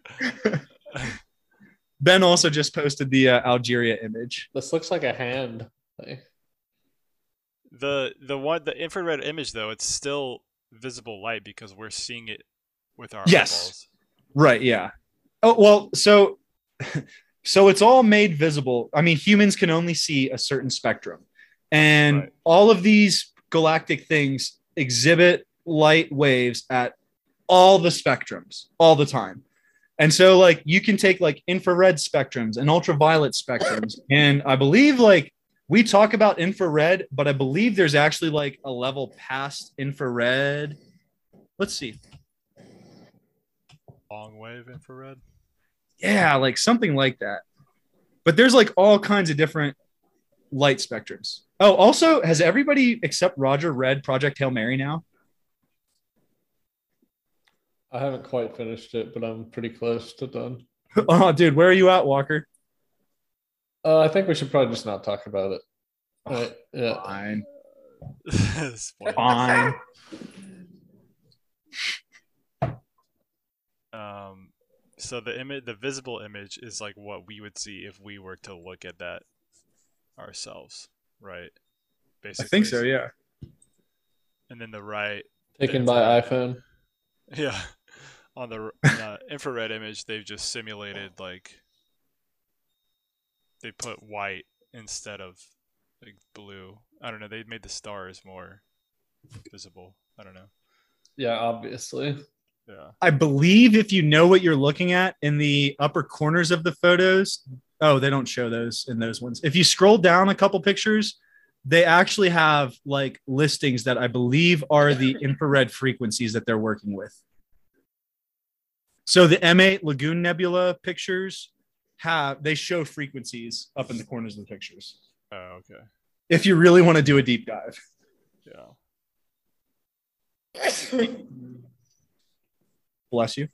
Ben also just posted the uh, Algeria image.
This looks like a hand. Like,
the the one the infrared image though, it's still visible light because we're seeing it with our
Yes.
eyeballs.
Right. Yeah. Oh well. So, so it's all made visible. I mean, humans can only see a certain spectrum, and
Right.
all of these galactic things exhibit light waves at all the spectrums all the time. And so like you can take like infrared spectrums and ultraviolet spectrums and I believe like we talk about infrared but I believe there's actually like a level past infrared. Let's see.
Long wave infrared.
Yeah, like something like that. But there's like all kinds of different light spectrums. Oh, also, has everybody except Roger read Project Hail Mary now?
I haven't quite finished it, but I'm pretty close to done.
oh, dude, where are you at, Walker?
Uh, I think we should probably just not talk about it. Uh, yeah.
Fine.
Spoiler.
Fine.
um, so the image, the visible image, is like what we would see if we were to look at that ourselves, right?
I
Basically,
think so, yeah.
And then the right,
Taken by iPhone.
yeah, on the r- uh, infrared image, they've just simulated like they put white instead of like blue. I don't know. They made the stars more visible. I don't know.
Yeah, obviously.
Yeah.
I believe if you know what you're looking at in the upper corners of the photos, oh, they don't show those in those ones. If you scroll down a couple pictures, they actually have like listings that I believe are the infrared frequencies that they're working with. So the M8 Lagoon Nebula pictures have they show frequencies up in the corners of the pictures.
Oh, okay.
If you really want to do a deep dive.
Yeah.
Bless you.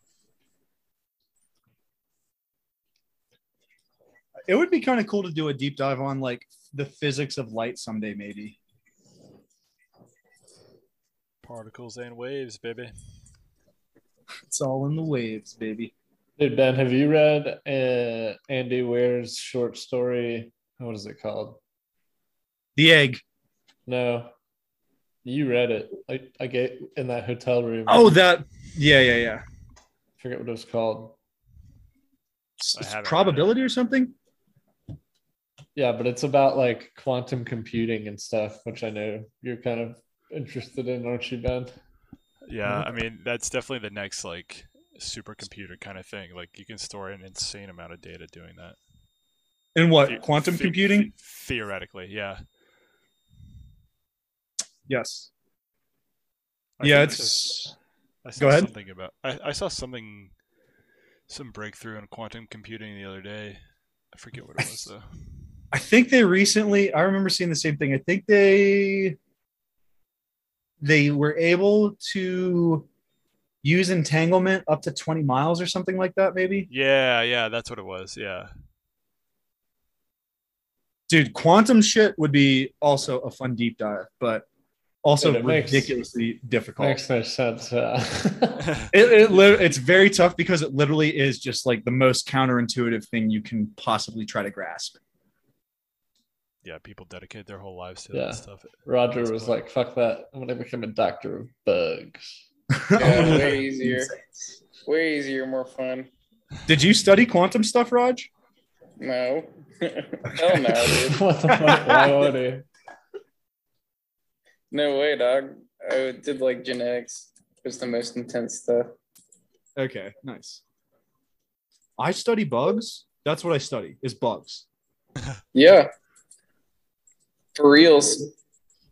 It would be kind of cool to do a deep dive on like the physics of light someday, maybe.
Particles and waves, baby.
It's all in the waves, baby.
Dude, Ben, have you read uh, Andy Ware's short story? What is it called?
The egg.
No, you read it. I, I get in that hotel room.
Oh, that. Yeah, yeah, yeah.
I forget what it was called.
It's-
I
it's
haven't read it.
probability or something.
Yeah, but it's about like quantum computing and stuff, which I know you're kind of interested in, aren't you, Ben?
Yeah,
Mm-hmm.
I mean that's definitely the next like supercomputer kind of thing. Like you can store an insane amount of data doing that.
And what?
The-
quantum
the-
computing?
the- theoretically, yeah.
Yes.
I
yeah,
think so.
it's.
I saw
go ahead.
Something about I, I saw something, some breakthrough in quantum computing the other day. I forget what it was though.
I think they recently. I remember seeing the same thing. I think they they were able to use entanglement up to 20 miles or something like that maybe
Yeah, yeah, that's what it was. Yeah,
dude quantum shit would be also a fun deep dive but also
Dude, it makes-
ridiculously difficult
Makes no sense. Uh,
it, it lit- it's very tough because it literally is just like the most counterintuitive thing you can possibly try to grasp
yeah. People dedicate their whole lives to
Yeah.
that stuff.
Roger
That's
was
funny.
like, fuck that. I'm going to become a doctor of bugs.
Yeah, way easier. Way easier, more fun.
did you study quantum stuff raj
No. Hell no, dude.
what the fuck? Why would he?
No way, dog. I did like genetics. It was the most intense stuff.
okay nice i study bugs that's what i study is bugs
Yeah. For reals.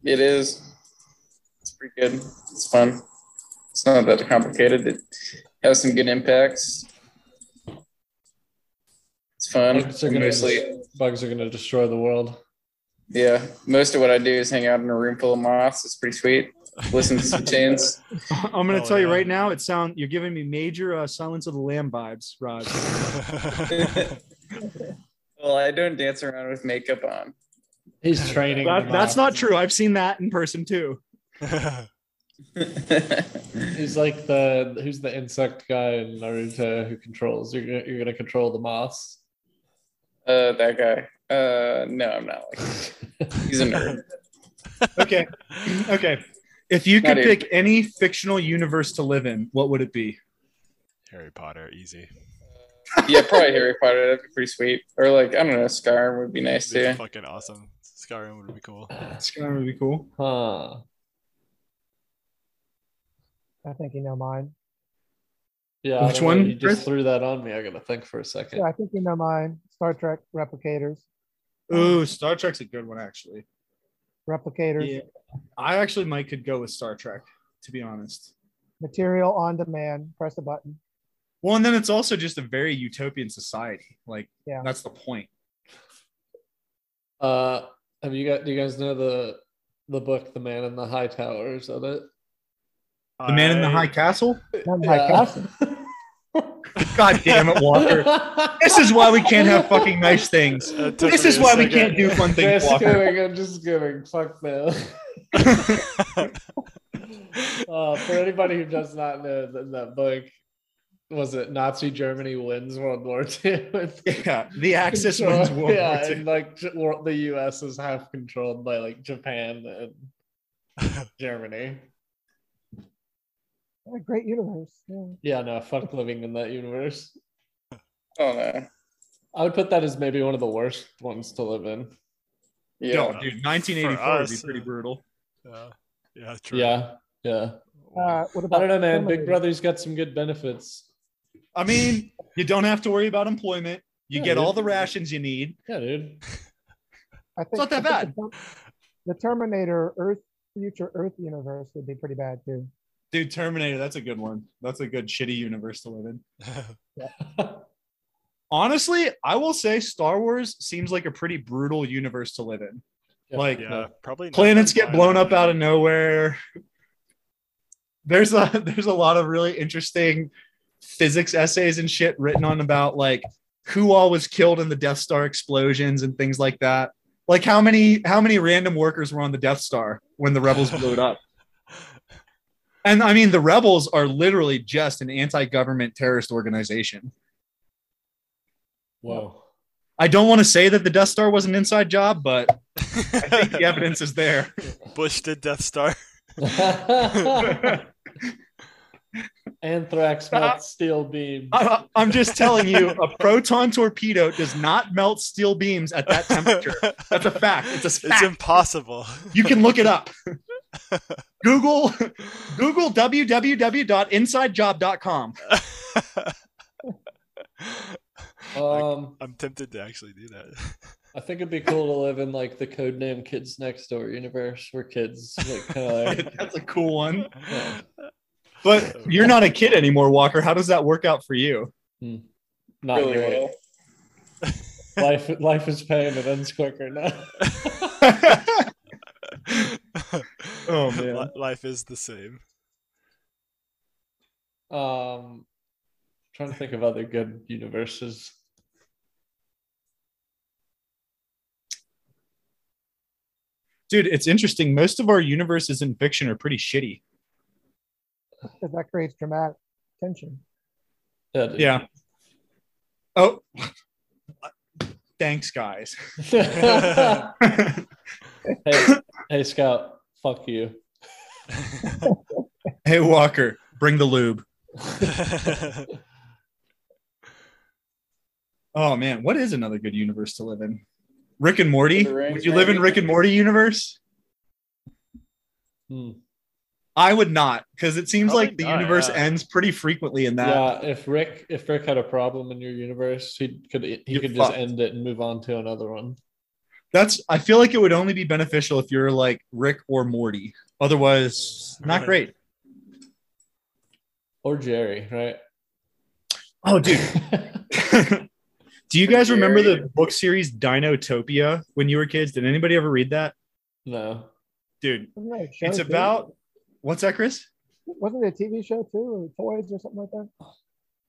It is. It's pretty good. It's fun. It's not that complicated. It has some good impacts. It's fun.
Bugs are gonna-
Mostly,
Bugs are going to destroy the world.
yeah. Most of what I do is hang out in a room full of moths. It's pretty sweet. Listen to some tunes.
i'm gonna
Oh,
tell you
yeah.
right now it sound you're giving me major uh, silence of the lamb vibes raj
Well, I don't dance around with makeup on.
He's training.
That-
the
that's
mob.
not true i've seen that in person too
He's like the who's the insect guy in Naruto who controls. You're gonna, you're gonna control the moths.
Uh, that guy. Uh, no, I'm not. Like, he's a nerd.
okay okay if you could
Not even-
pick any fictional universe to live in what would it be
Harry Potter, easy.
Yeah, probably Harry Potter. That'd be pretty sweet. Or like, I don't know, Skyrim would be nice
It'd be
too.
Fucking awesome. Skyrim would be cool.
Huh.
Skyrim would be cool.
I
I think you know mine.
Yeah. I
Which
don't know,
one,
You
Chris?
just threw that on me. I gotta think for a second.
Yeah, I think you know mine. Star Trek replicators.
Ooh, Star Trek's a good one actually.
Replicators.
Yeah. I actually might could go with Star Trek, to be honest.
Material on demand. Press a button.
Well, and then it's also just a very utopian society. Like
Yeah.
that's the point.
Uh, have you got? Do you guys know the the book, The Man in the High Tower? Is that it?
The man in the
I-
high castle?
Uh,
Not in my castle.
God damn it, Walker. this is why we can't have fucking nice things.
That took
This
me
is
a
why we
second.
can't do fun things,
Just
Walker.
kidding. I'm just kidding. Fuck no. uh, for anybody who does not know that that book was it Nazi Germany wins World War II.
Yeah, the Axis wins World War
yeah,
II.
and like J- wor- the U.S. is half controlled by like Japan and Germany.
What a great universe. Yeah.
Yeah, no, fuck living in that universe.
Oh no.
I would put that as maybe one of the worst ones to live in.
Yeah.
No, dude, 1984 would be
us,
pretty
uh,
brutal.
Yeah. yeah, true.
Yeah, yeah.
Uh, what about
I don't know, man.
Terminator?
Big Brother's got some good benefits.
I mean, you don't have to worry about employment. You
Yeah,
get
dude.
all the rations you need.
Yeah, dude.
I think,
not that
I think The, Term- the Terminator Earth future Earth universe would be pretty bad too.
Dude, Terminator, that's a good one. That's a good shitty universe to live in. Honestly, I will say Star Wars seems like a pretty brutal universe to live in.
Yeah.
Like
yeah, probably. not
planets get
fine.
blown up out of nowhere. There's a there's a lot of really interesting physics essays and shit written on about like who all was killed in the Death Star explosions and things like that. Like how many how many random workers were on the Death Star when the rebels blew it up? And I mean the rebels are literally just an anti-government terrorist organization.
Whoa.
I don't want to say that the Death Star was an inside job, but I think the evidence is there.
Bush did Death Star.
Anthrax melts steel beams.
I, I'm just telling you, a proton torpedo does not melt steel beams at that temperature. That's a fact. It's a fact.
It's impossible.
You can look it up. Google Google www.insidejob.com. Uh,
Um,
I'm tempted to actually do that.
I think it'd be cool to live in like the codename Kids Next Door universe where kids like kind of like,
That's a cool one.
Yeah.
But you're not a kid anymore, Walker. How does that work out for you?
not
Really
great.
well.
Life life is pain, it ends quicker now.
Oh, man.
Li- life is the same.
Um trying to think of other good universes.
Dude, it's interesting. Most of our universes in fiction are pretty shitty.
Because that creates dramatic tension.
Yeah. dude.
Yeah. Oh. Thanks, guys.
hey, hey, Scout, fuck you.
Hey, Walker, bring the lube. Oh man, what is another good universe to live in? Rick and Morty.
The Ring,
Would you live in
maybe.
Rick and Morty universe?
Hmm.
I would not, because it seems
Probably
like the
not,
universe
yeah.
ends pretty frequently in that.
Yeah, if Rick if Rick had a problem in your universe, he could he
You're
could just
fucked.
end it and move on to another one.
That's I feel like it would only be beneficial if you're like Rick or Morty. Otherwise, not
Right.
great.
Or Jerry, right?
Oh, dude. Do you guys remember
Scary.
the book series Dinotopia when you were kids? Did anybody ever read that?
no.
Dude,
Wasn't that a show,
it's
too?
about what's that, Chris?
Wasn't it a TV show too, or toys or something like that?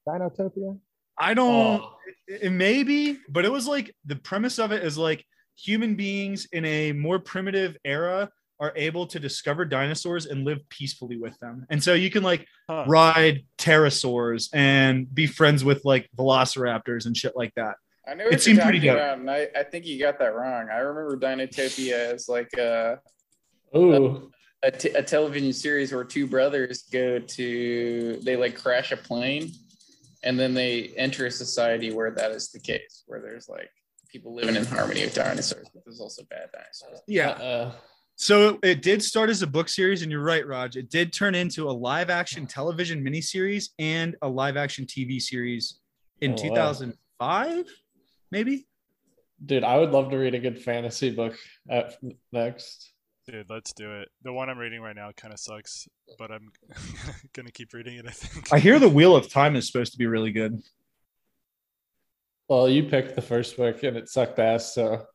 Dinotopia.
I don't
Oh,
it may be, but it was like the premise of it is like human beings in a more primitive era are able to discover dinosaurs and live peacefully with them. And so you can like
Huh.
ride pterosaurs and be friends with like velociraptors and shit like that.
I know what
It
you're
seemed pretty
talking
dope.
about, and I, I think you got that wrong. I remember Dinotopia as like a,
Oh. Ooh.
a, t- a television series where two brothers go to they like crash a plane, and then they enter a society where that is the case, where there's like people living in harmony with dinosaurs, but there's also bad dinosaurs.
Yeah.
Uh,
So it did start as a book series, and you're right, Raj. It did turn into a live action television miniseries and a live action TV series in
Oh, wow.
2005, maybe.
Dude, I would love to read a good fantasy book at next.
Dude, let's do it. The one I'm reading right now kind of sucks, but I'm gonna keep reading it. I think.
I hear the Wheel of Time is supposed to be really good.
Well, you picked the first book and it sucked ass, so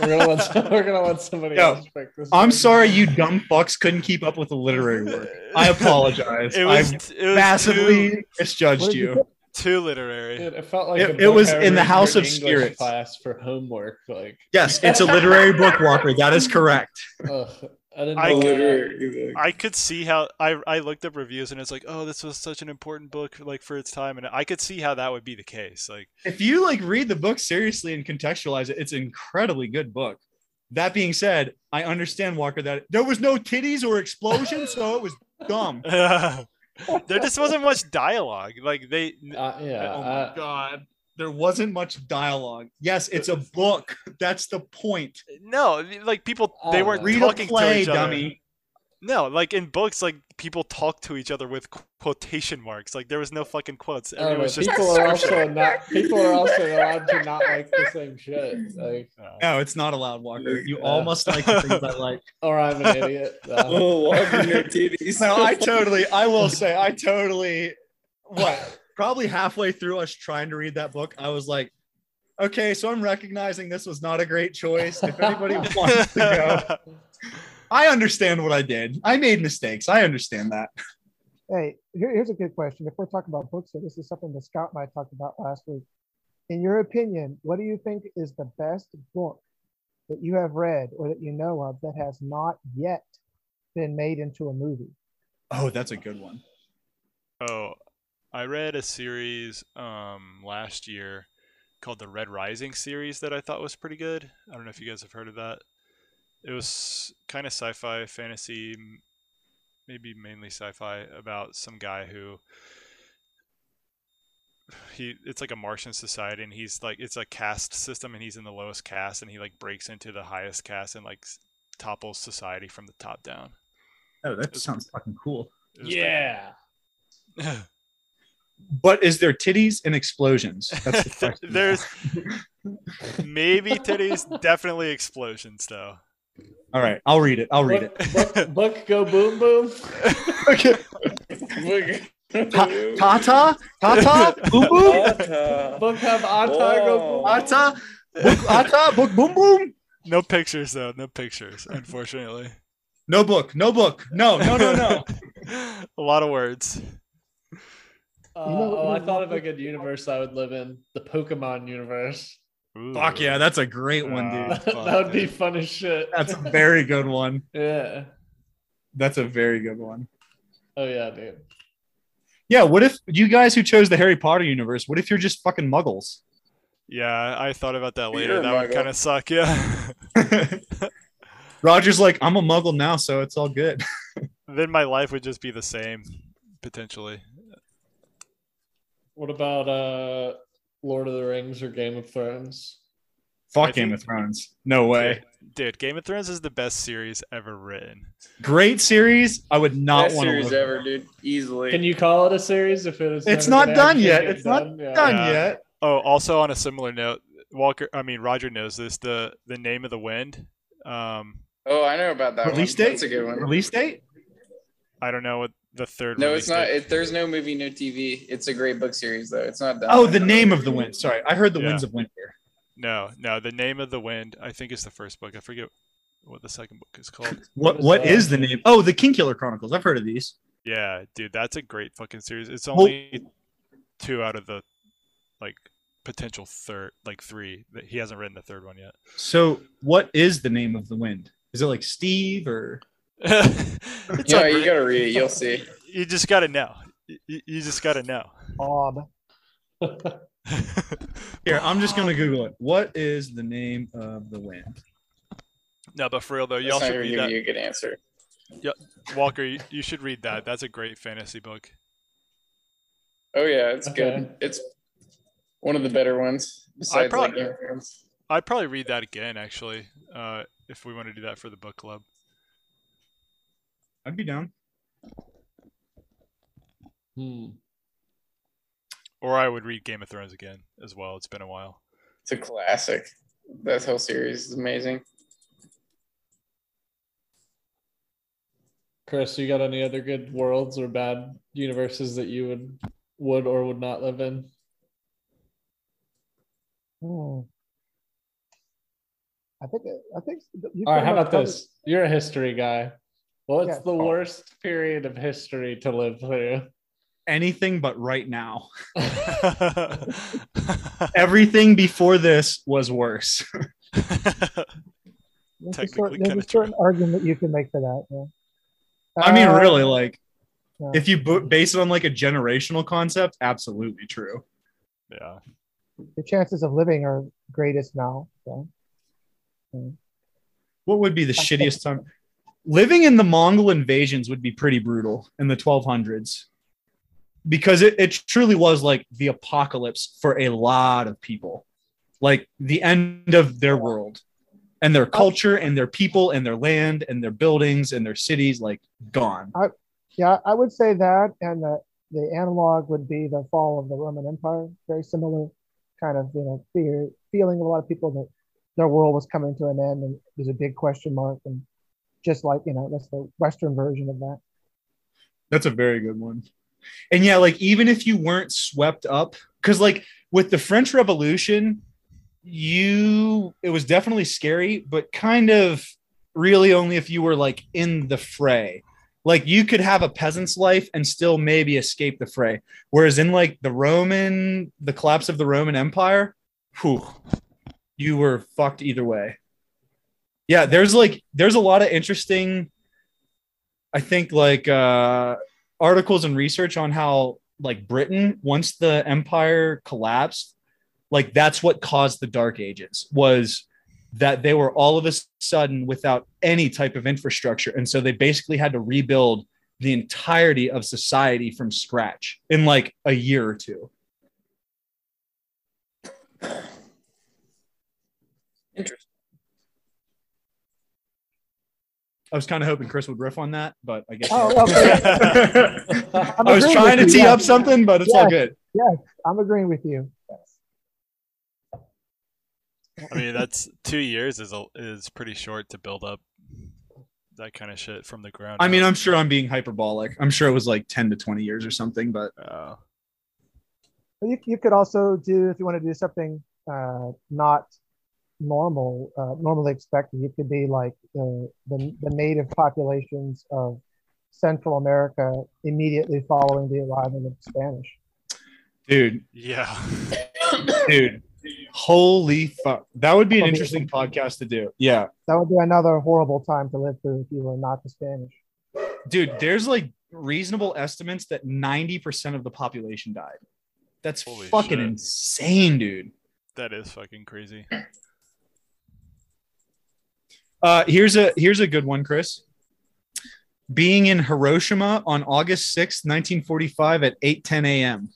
we're gonna let, we're gonna let somebody
Yo,
else pick this.
I'm
one.
sorry, you dumb fucks couldn't keep up with the literary work. I apologize.
It was,
I
it was
massively
too,
misjudged
What did you
you.
pick?
too literary.
Dude, it felt like
It-
a
it
book
was
I
in the
read
House
for
of
English
Spirits.
class for homework. Like,
Yes, it's a literary book, Walker. That is correct.
ugh, I didn't.
I
Oh,
know
can't-
that.
I could see how I I looked up reviews and it's like, oh, this was such an important book like for its time, and I could see how that would be the case. Like,
If you like read the book seriously and contextualize it, it's an incredibly good book. That being said, I understand Walker that there was no titties or explosion, so it was dumb.
there just wasn't much dialogue. Like they,
Uh, yeah,
oh my
uh,
god. There wasn't much dialogue. Yes, it's a book. That's the point.
no, like people
Oh,
they weren't
Read a
talking to
play,
each other.
dummy.
No, like in books, like people talk to each other with qu- quotation marks. Like there was no fucking quotes.
I don't
Everyone was
know,
just.
Oh, people are also not. People are also allowed to not like the same shit. Like,
Uh,
No, it's not allowed, Walker. You
Yeah.
all must like the things I like.
or I'm an idiot. Uh,
Oh, Walker, no titties.
No, I totally, I will say, I totally, what, probably halfway through us trying to read that book, I was like, okay, so I'm recognizing this was not a great choice. If anybody wants to go, I understand what I did. I made mistakes. I understand that.
Hey, here, here's a good question. If we're talking about books, here, this is something that Scott and I talked about last week. In your opinion, what do you think is the best book that you have read or that you know of that has not yet been made into a movie?
Oh, that's a good one.
oh, I read a series um last year called the Red Rising series that I thought was pretty good. I don't know if you guys have heard of that. It was kind of sci-fi, fantasy, m- maybe mainly sci-fi about some guy who he it's like a Martian society and he's like it's a caste system and he's in the lowest caste and he like breaks into the highest caste and like s- topples society from the top down.
Oh, that sounds fucking cool.
It was pretty-
yeah,
But is there titties and explosions? That's the
There-
question.
There's maybe titties, definitely explosions though.
all right. I'll read it. I'll read it.
book, book, book go boom boom.
Okay. Tata, Tata, Boo Boo,
Book have ata go
Whoa.
boom.
Ata, book, Ata, book, Boom Boom.
No pictures though, no pictures, unfortunately.
No book, no book, no, no, no, no.
no. A lot of words.
Uh,
You know-
oh, I
you
thought
know-
of a good universe I would live in the Pokemon universe.
Fuck yeah, that's a great one,
Uh,
dude.
that would be fun as shit.
That's a very good one.
yeah.
That's a very good one.
Oh yeah, dude.
Yeah, what if you guys who chose the Harry Potter universe, what if you're just fucking muggles?
Yeah, I thought about that later.
You're a
that would
muggle.
kind of suck, yeah.
Roger's like, I'm a muggle now, so it's all good.
then my life would just be the same, potentially.
What about uh Lord of the Rings or Game of Thrones?
Fuck
I
Game
think-
of Thrones. No way.
Dude, dude, Game of Thrones is the best series ever written.
Great series. I would not
Best
want to.
series ever, dude. Easily.
Can you call it a series if it is?
It's
never
not
gonna
done
actually
yet.
get
It's not
Yeah.
Done
Yeah.
yet.
Oh, also on a similar note, Walker. I mean, Roger knows this. The the name of the wind. Um,
oh, I know about that.
Release
one.
date?
That's a good one.
Release date?
I don't know what the third.
No,
release
it's not.
date-
It, there's no movie, no TV. It's a great book series, though. It's not done.
Oh, the name of the wind. Sorry. I heard the
Yeah.
winds of winter.
No, no. The name of the wind. I think is the first book. I forget what the second book is called.
What
is
what
that?
is the name? Oh, the King Killer Chronicles. I've heard of these.
yeah, dude, that's a great fucking series. It's
Well-
only two out of the like potential third, like three. that He hasn't written the third one yet.
So, what is the name of the wind? Is it like Steve or?
It's
Yeah,
a
you
great-
gotta read it. You'll see.
you just gotta know. You, you- you just gotta know.
Bob.
Here, I'm just gonna Google it. What is the name of the wind?
no, but for real though, Oh, y'all
That's
should
not gonna
read
give
that.
you a good answer.
Walker, you, you should read that. That's a great fantasy book.
Oh yeah, it's
Okay.
good. It's one of the better ones besides
prob-
like Game of Thrones.
I'd probably read that again, actually, uh, if we want to do that for the book club.
I'd be down.
Hmm.
Or I would read Game of Thrones again as well. It's been a while.
It's a classic. That whole series is amazing.
Chris, you got any other good worlds or bad universes that you would would or would not live in?
Hmm. I think I think you
All right,
pretty
how
much
about
covered-
this? You're a history guy. What's
Yeah.
the worst period of history to live through?
Anything but right now.
Technically,
Everything before this was worse.
There's a
Technically
certain, there's
kinda
a certain argument you can make for that. Yeah.
I mean,
Uh,
really, like
yeah.
if you bo- base it on like a generational concept, absolutely true.
yeah.
the chances of living are greatest now. So.
What would be the shittiest time? Living in the Mongol invasions would be pretty brutal in the 1200s because it, it truly was like the apocalypse for a lot of people, like the end of their world and their culture and their people and their land and their buildings and their cities, like gone.
Yeah, I would say that, and the the analog would be the fall of the Roman Empire. Very similar kind of you know fear feeling of a lot of people that their world was coming to an end, and there's a big question mark, and just like you know that's the Western version of that.
That's a very good one. And yeah, like even if you weren't swept up, because like with the French Revolution, you it was definitely scary, but kind of really only if you were like in the fray. Like you could have a peasant's life and still maybe escape the fray. Whereas in like the Roman, the collapse of the Roman Empire, whew, you were fucked either way. Yeah, there's like there's a lot of interesting I think like uh, articles and research on how like Britain once the empire collapsed, like that's what caused the Dark Ages was that they were all of a sudden without any type of infrastructure, and so they basically had to rebuild the entirety of society from scratch in like a year or two.
Interesting.
I was kind of hoping Chris would riff on that, but I guess
Oh, okay.
I was trying to tee up something, but it's all
Yeah.
good.
I'm agreeing with you. Yes.
I mean, that's two years is a, is pretty short to build up that kind of shit from the ground.
I mean,
up.
I'm sure I'm being hyperbolic. I'm sure it was like 10 to 20 years or something, but
Uh,
Well, you, you could also do if you want to do something uh, not normal, uh, normally expected. You could be like the, the the native populations of Central America immediately following the arrival of the Spanish.
dude,
yeah.
dude, holy fuck. That would be an
Probably-
interesting podcast to do. Yeah.
That would be another horrible time to live through if you were not the Spanish.
Dude, there's like reasonable estimates that 90% of the population died. That's
Holy
fucking
shit.
insane, dude.
That is fucking crazy.
Uh, here's a here's a good one, Chris. Being in Hiroshima on August 6th, 1945 at 8 10 a.m.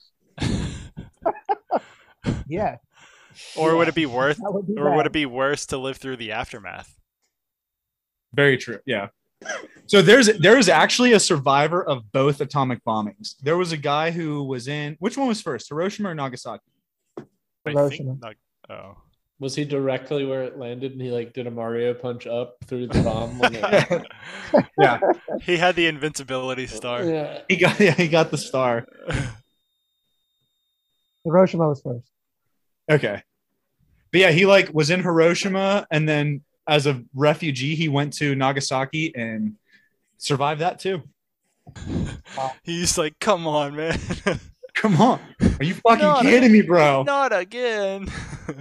Yeah,
Or would it be worth?
that would be.
Or would
bad.
it be worse to live through the aftermath?
Very true. Yeah. So there's there was actually a survivor of both atomic bombings. There was a guy who was in which one was first, Hiroshima or Nagasaki?
I
Hiroshima.
think not, oh,
Was he directly where it landed and he like did a Mario punch up through the bomb? when it-
yeah.
Yeah,
He had the invincibility star.
yeah.
he got yeah, he got the star.
Hiroshima was first.
Okay. But yeah, he like was in Hiroshima and then as a refugee he went to Nagasaki and survived that too.
He's like, come on, man.
Come on. Are you fucking
No,
kidding me, bro?
Not again.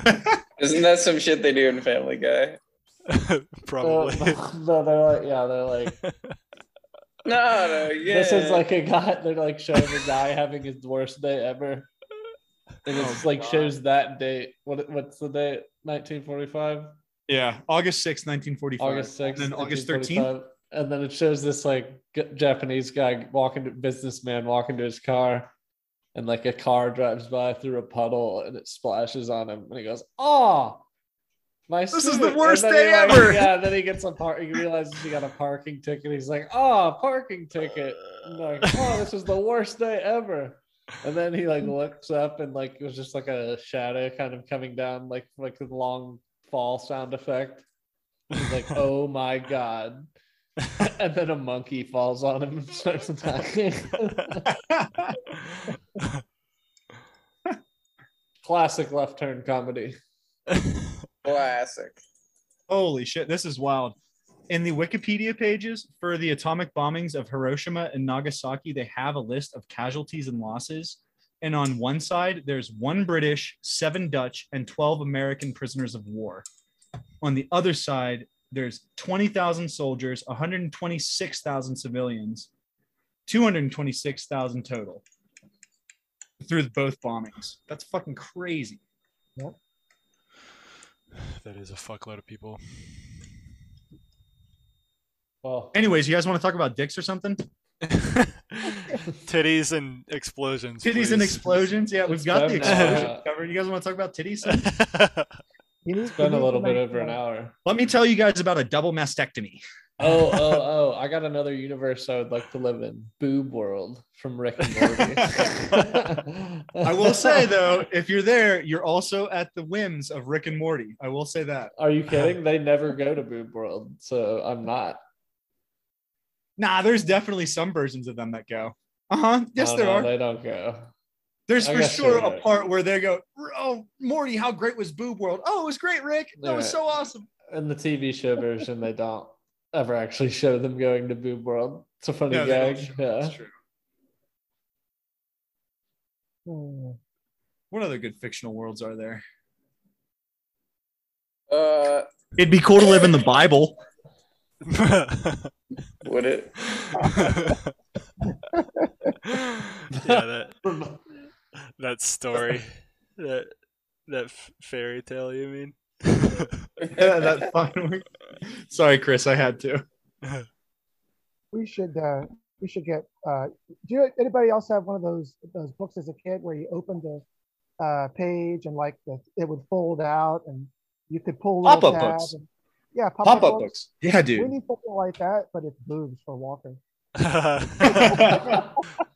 Isn't that some shit they do in Family Guy?
Probably.
Uh, No, they're like, yeah, they're like,
No, no, yeah.
this is like a guy. They're like showing a guy having his worst day ever, and
Oh,
it's like shows that date. What what's the date? 1945,
Yeah, August 6th, 1945.
August 6th,
And then August 13th.
1945. and then it shows this like g- Japanese guy walking to businessman walking to his car. And like a car drives by through a puddle and it splashes on him, and he goes, "Ah!" My
This is
suit."
the
And
worst
then he,
day
like-
ever.
Yeah, then he gets a park. He realizes he got a parking ticket. He's like, "Oh, parking ticket!" I'm like, "Oh, this is the worst day ever." And then he like looks up and like it was just like a shadow kind of coming down, like like the long fall sound effect. He's like, "Oh my god!" and then a monkey falls on him and starts attacking. Classic left turn comedy.
Classic.
Holy shit, this is wild. In the Wikipedia pages for the atomic bombings of Hiroshima and Nagasaki, they have a list of casualties and losses. And on one side, there's one British, seven Dutch, and 12 American prisoners of war. On the other side, there's 20,000 soldiers, 126,000 civilians, 226,000 total through both bombings. That's fucking crazy.
that is a fuckload of people.
Well,
Anyways, you guys want to talk about dicks or something?
Titties and explosions.
Titties
please.
and explosions. Yeah, we've got the
It's been, uh,
explosion covered. You guys want to talk about titties?
You need,
it's been
you
a
need
little
to
bit
make,
over an
uh,
hour.
Let me tell you guys about a double mastectomy.
oh, oh, oh! I got another universe I would like to live in: Boob World from Rick and Morty.
I will say though, if you're there, you're also at the whims of Rick and Morty. I will say that.
are you kidding? They never go to Boob World, so I'm not.
Nah, there's definitely some versions of them that go. Uh huh. Yes,
No,
there
no,
are.
They don't go.
There's
I
for
guess there
sure a
are.
part where they go, "Oh, Morty, how great was Boob World? Oh, it was great, Rick. That was
Yeah.
so awesome."
In the TV show version, they don't ever actually show them going to Boob World. It's a funny
No, they don't
gag.
show-
Yeah.
that's true.
hmm.
What other good fictional worlds are there?
Uh,
It'd be cool to live in the Bible.
would it?
yeah, that that story, that that f- fairy tale. You mean?
yeah, that fucking. Sorry, Chris, I had to.
we should uh, we should get. Uh, do you, anybody else have one of those those books as a kid where you opened the uh, page and like the, it would fold out and you could pull little
Pop-up
tabs
books.
and- yeah, pop,
Pop up books. Yeah,
We
dude.
need something like that, but it's boobs for Walker.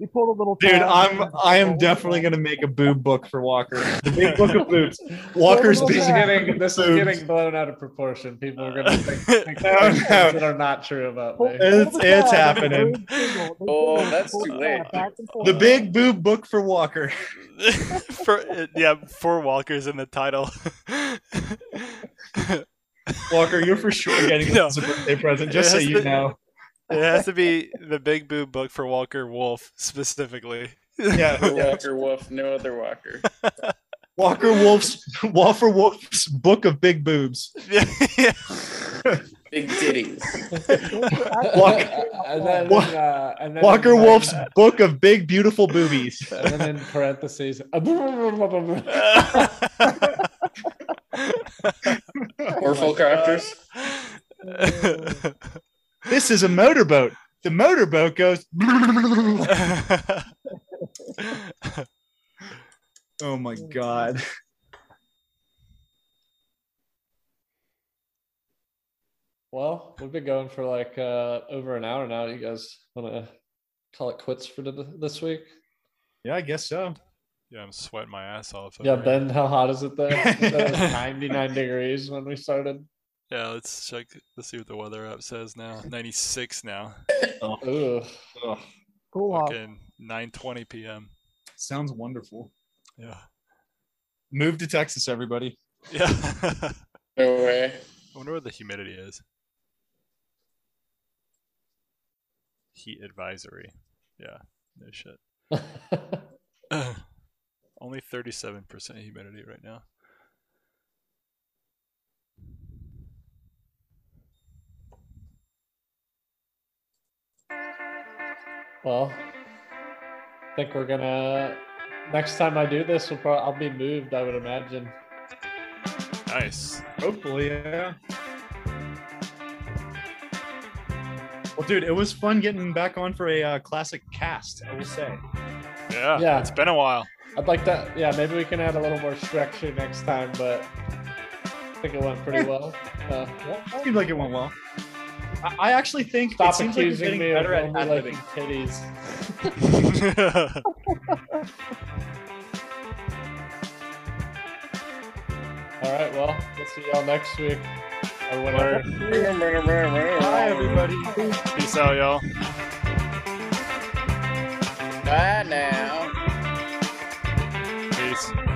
You pull a little.
Dude,
tab
I'm
and-
I am definitely gonna make a boob book for Walker. The big book of boobs. Walker's
Walker's
This is
busy-
getting this is
Boobs.
getting blown out of proportion. People are gonna think, think
No,
things
no.
that are not true about
Pull-
me.
pull
It's-
the
it's
tab and
happening.
boobs jiggle. They
Oh,
jiggle,
that's
pull
too
the
late.
tab back and forth.
The big boob book for Walker.
for yeah, four walkers in the title.
Walker, you're for sure getting
No.
this as a birthday present, just so
It has
you
to-
know.
It has to be the Big Boo book for Walker Wolf specifically.
Yeah.
Walker Wolf, no other Walker.
Walker Wolf's Walker Wolf's book of big boobs.
yeah.
Big ditties.
Walker-
and then,
Wa-
uh, and then
Walker
in-
Wolf's book of big beautiful boobies.
and then in parentheses. I
Or full crafters.
This is a motorboat. The motorboat goes Oh my god.
well, we've been going for like uh, over an hour now. You guys want to call it quits for th- this week?
Yeah, I guess so.
yeah, I'm sweating my ass off. over
Yeah,
here.
Ben, how hot is it there? It was 99 degrees when we started.
Yeah, let's check. Let's see what the weather app says now. 96 now.
Ooh.
cool off.
Fucking 9:20 p.m.
Sounds wonderful.
Yeah.
Move to Texas, everybody.
Yeah. I
No way.
wonder what the humidity is. Heat advisory. Yeah. No shit. Only 37% humidity right now.
well, I think we're gonna. Next time I do this, we'll probably I'll be moved. I would imagine.
Nice.
Hopefully, yeah. Well, dude, it was fun getting back on for a uh, classic cast. I will say. Oh,
Yeah.
Yeah.
It's been a while.
I'd like that. Yeah, maybe we can add a little more structure next time, but think it went pretty well. Uh,
It seemed like it went well. I, I actually think it
stop
seems like you're
accusing
getting
me
better
of
at
only liking
editing.
titties. All right, well, we'll see y'all next week or whenever.
Bye, everybody.
Peace out, y'all.
Bye now.
Peace.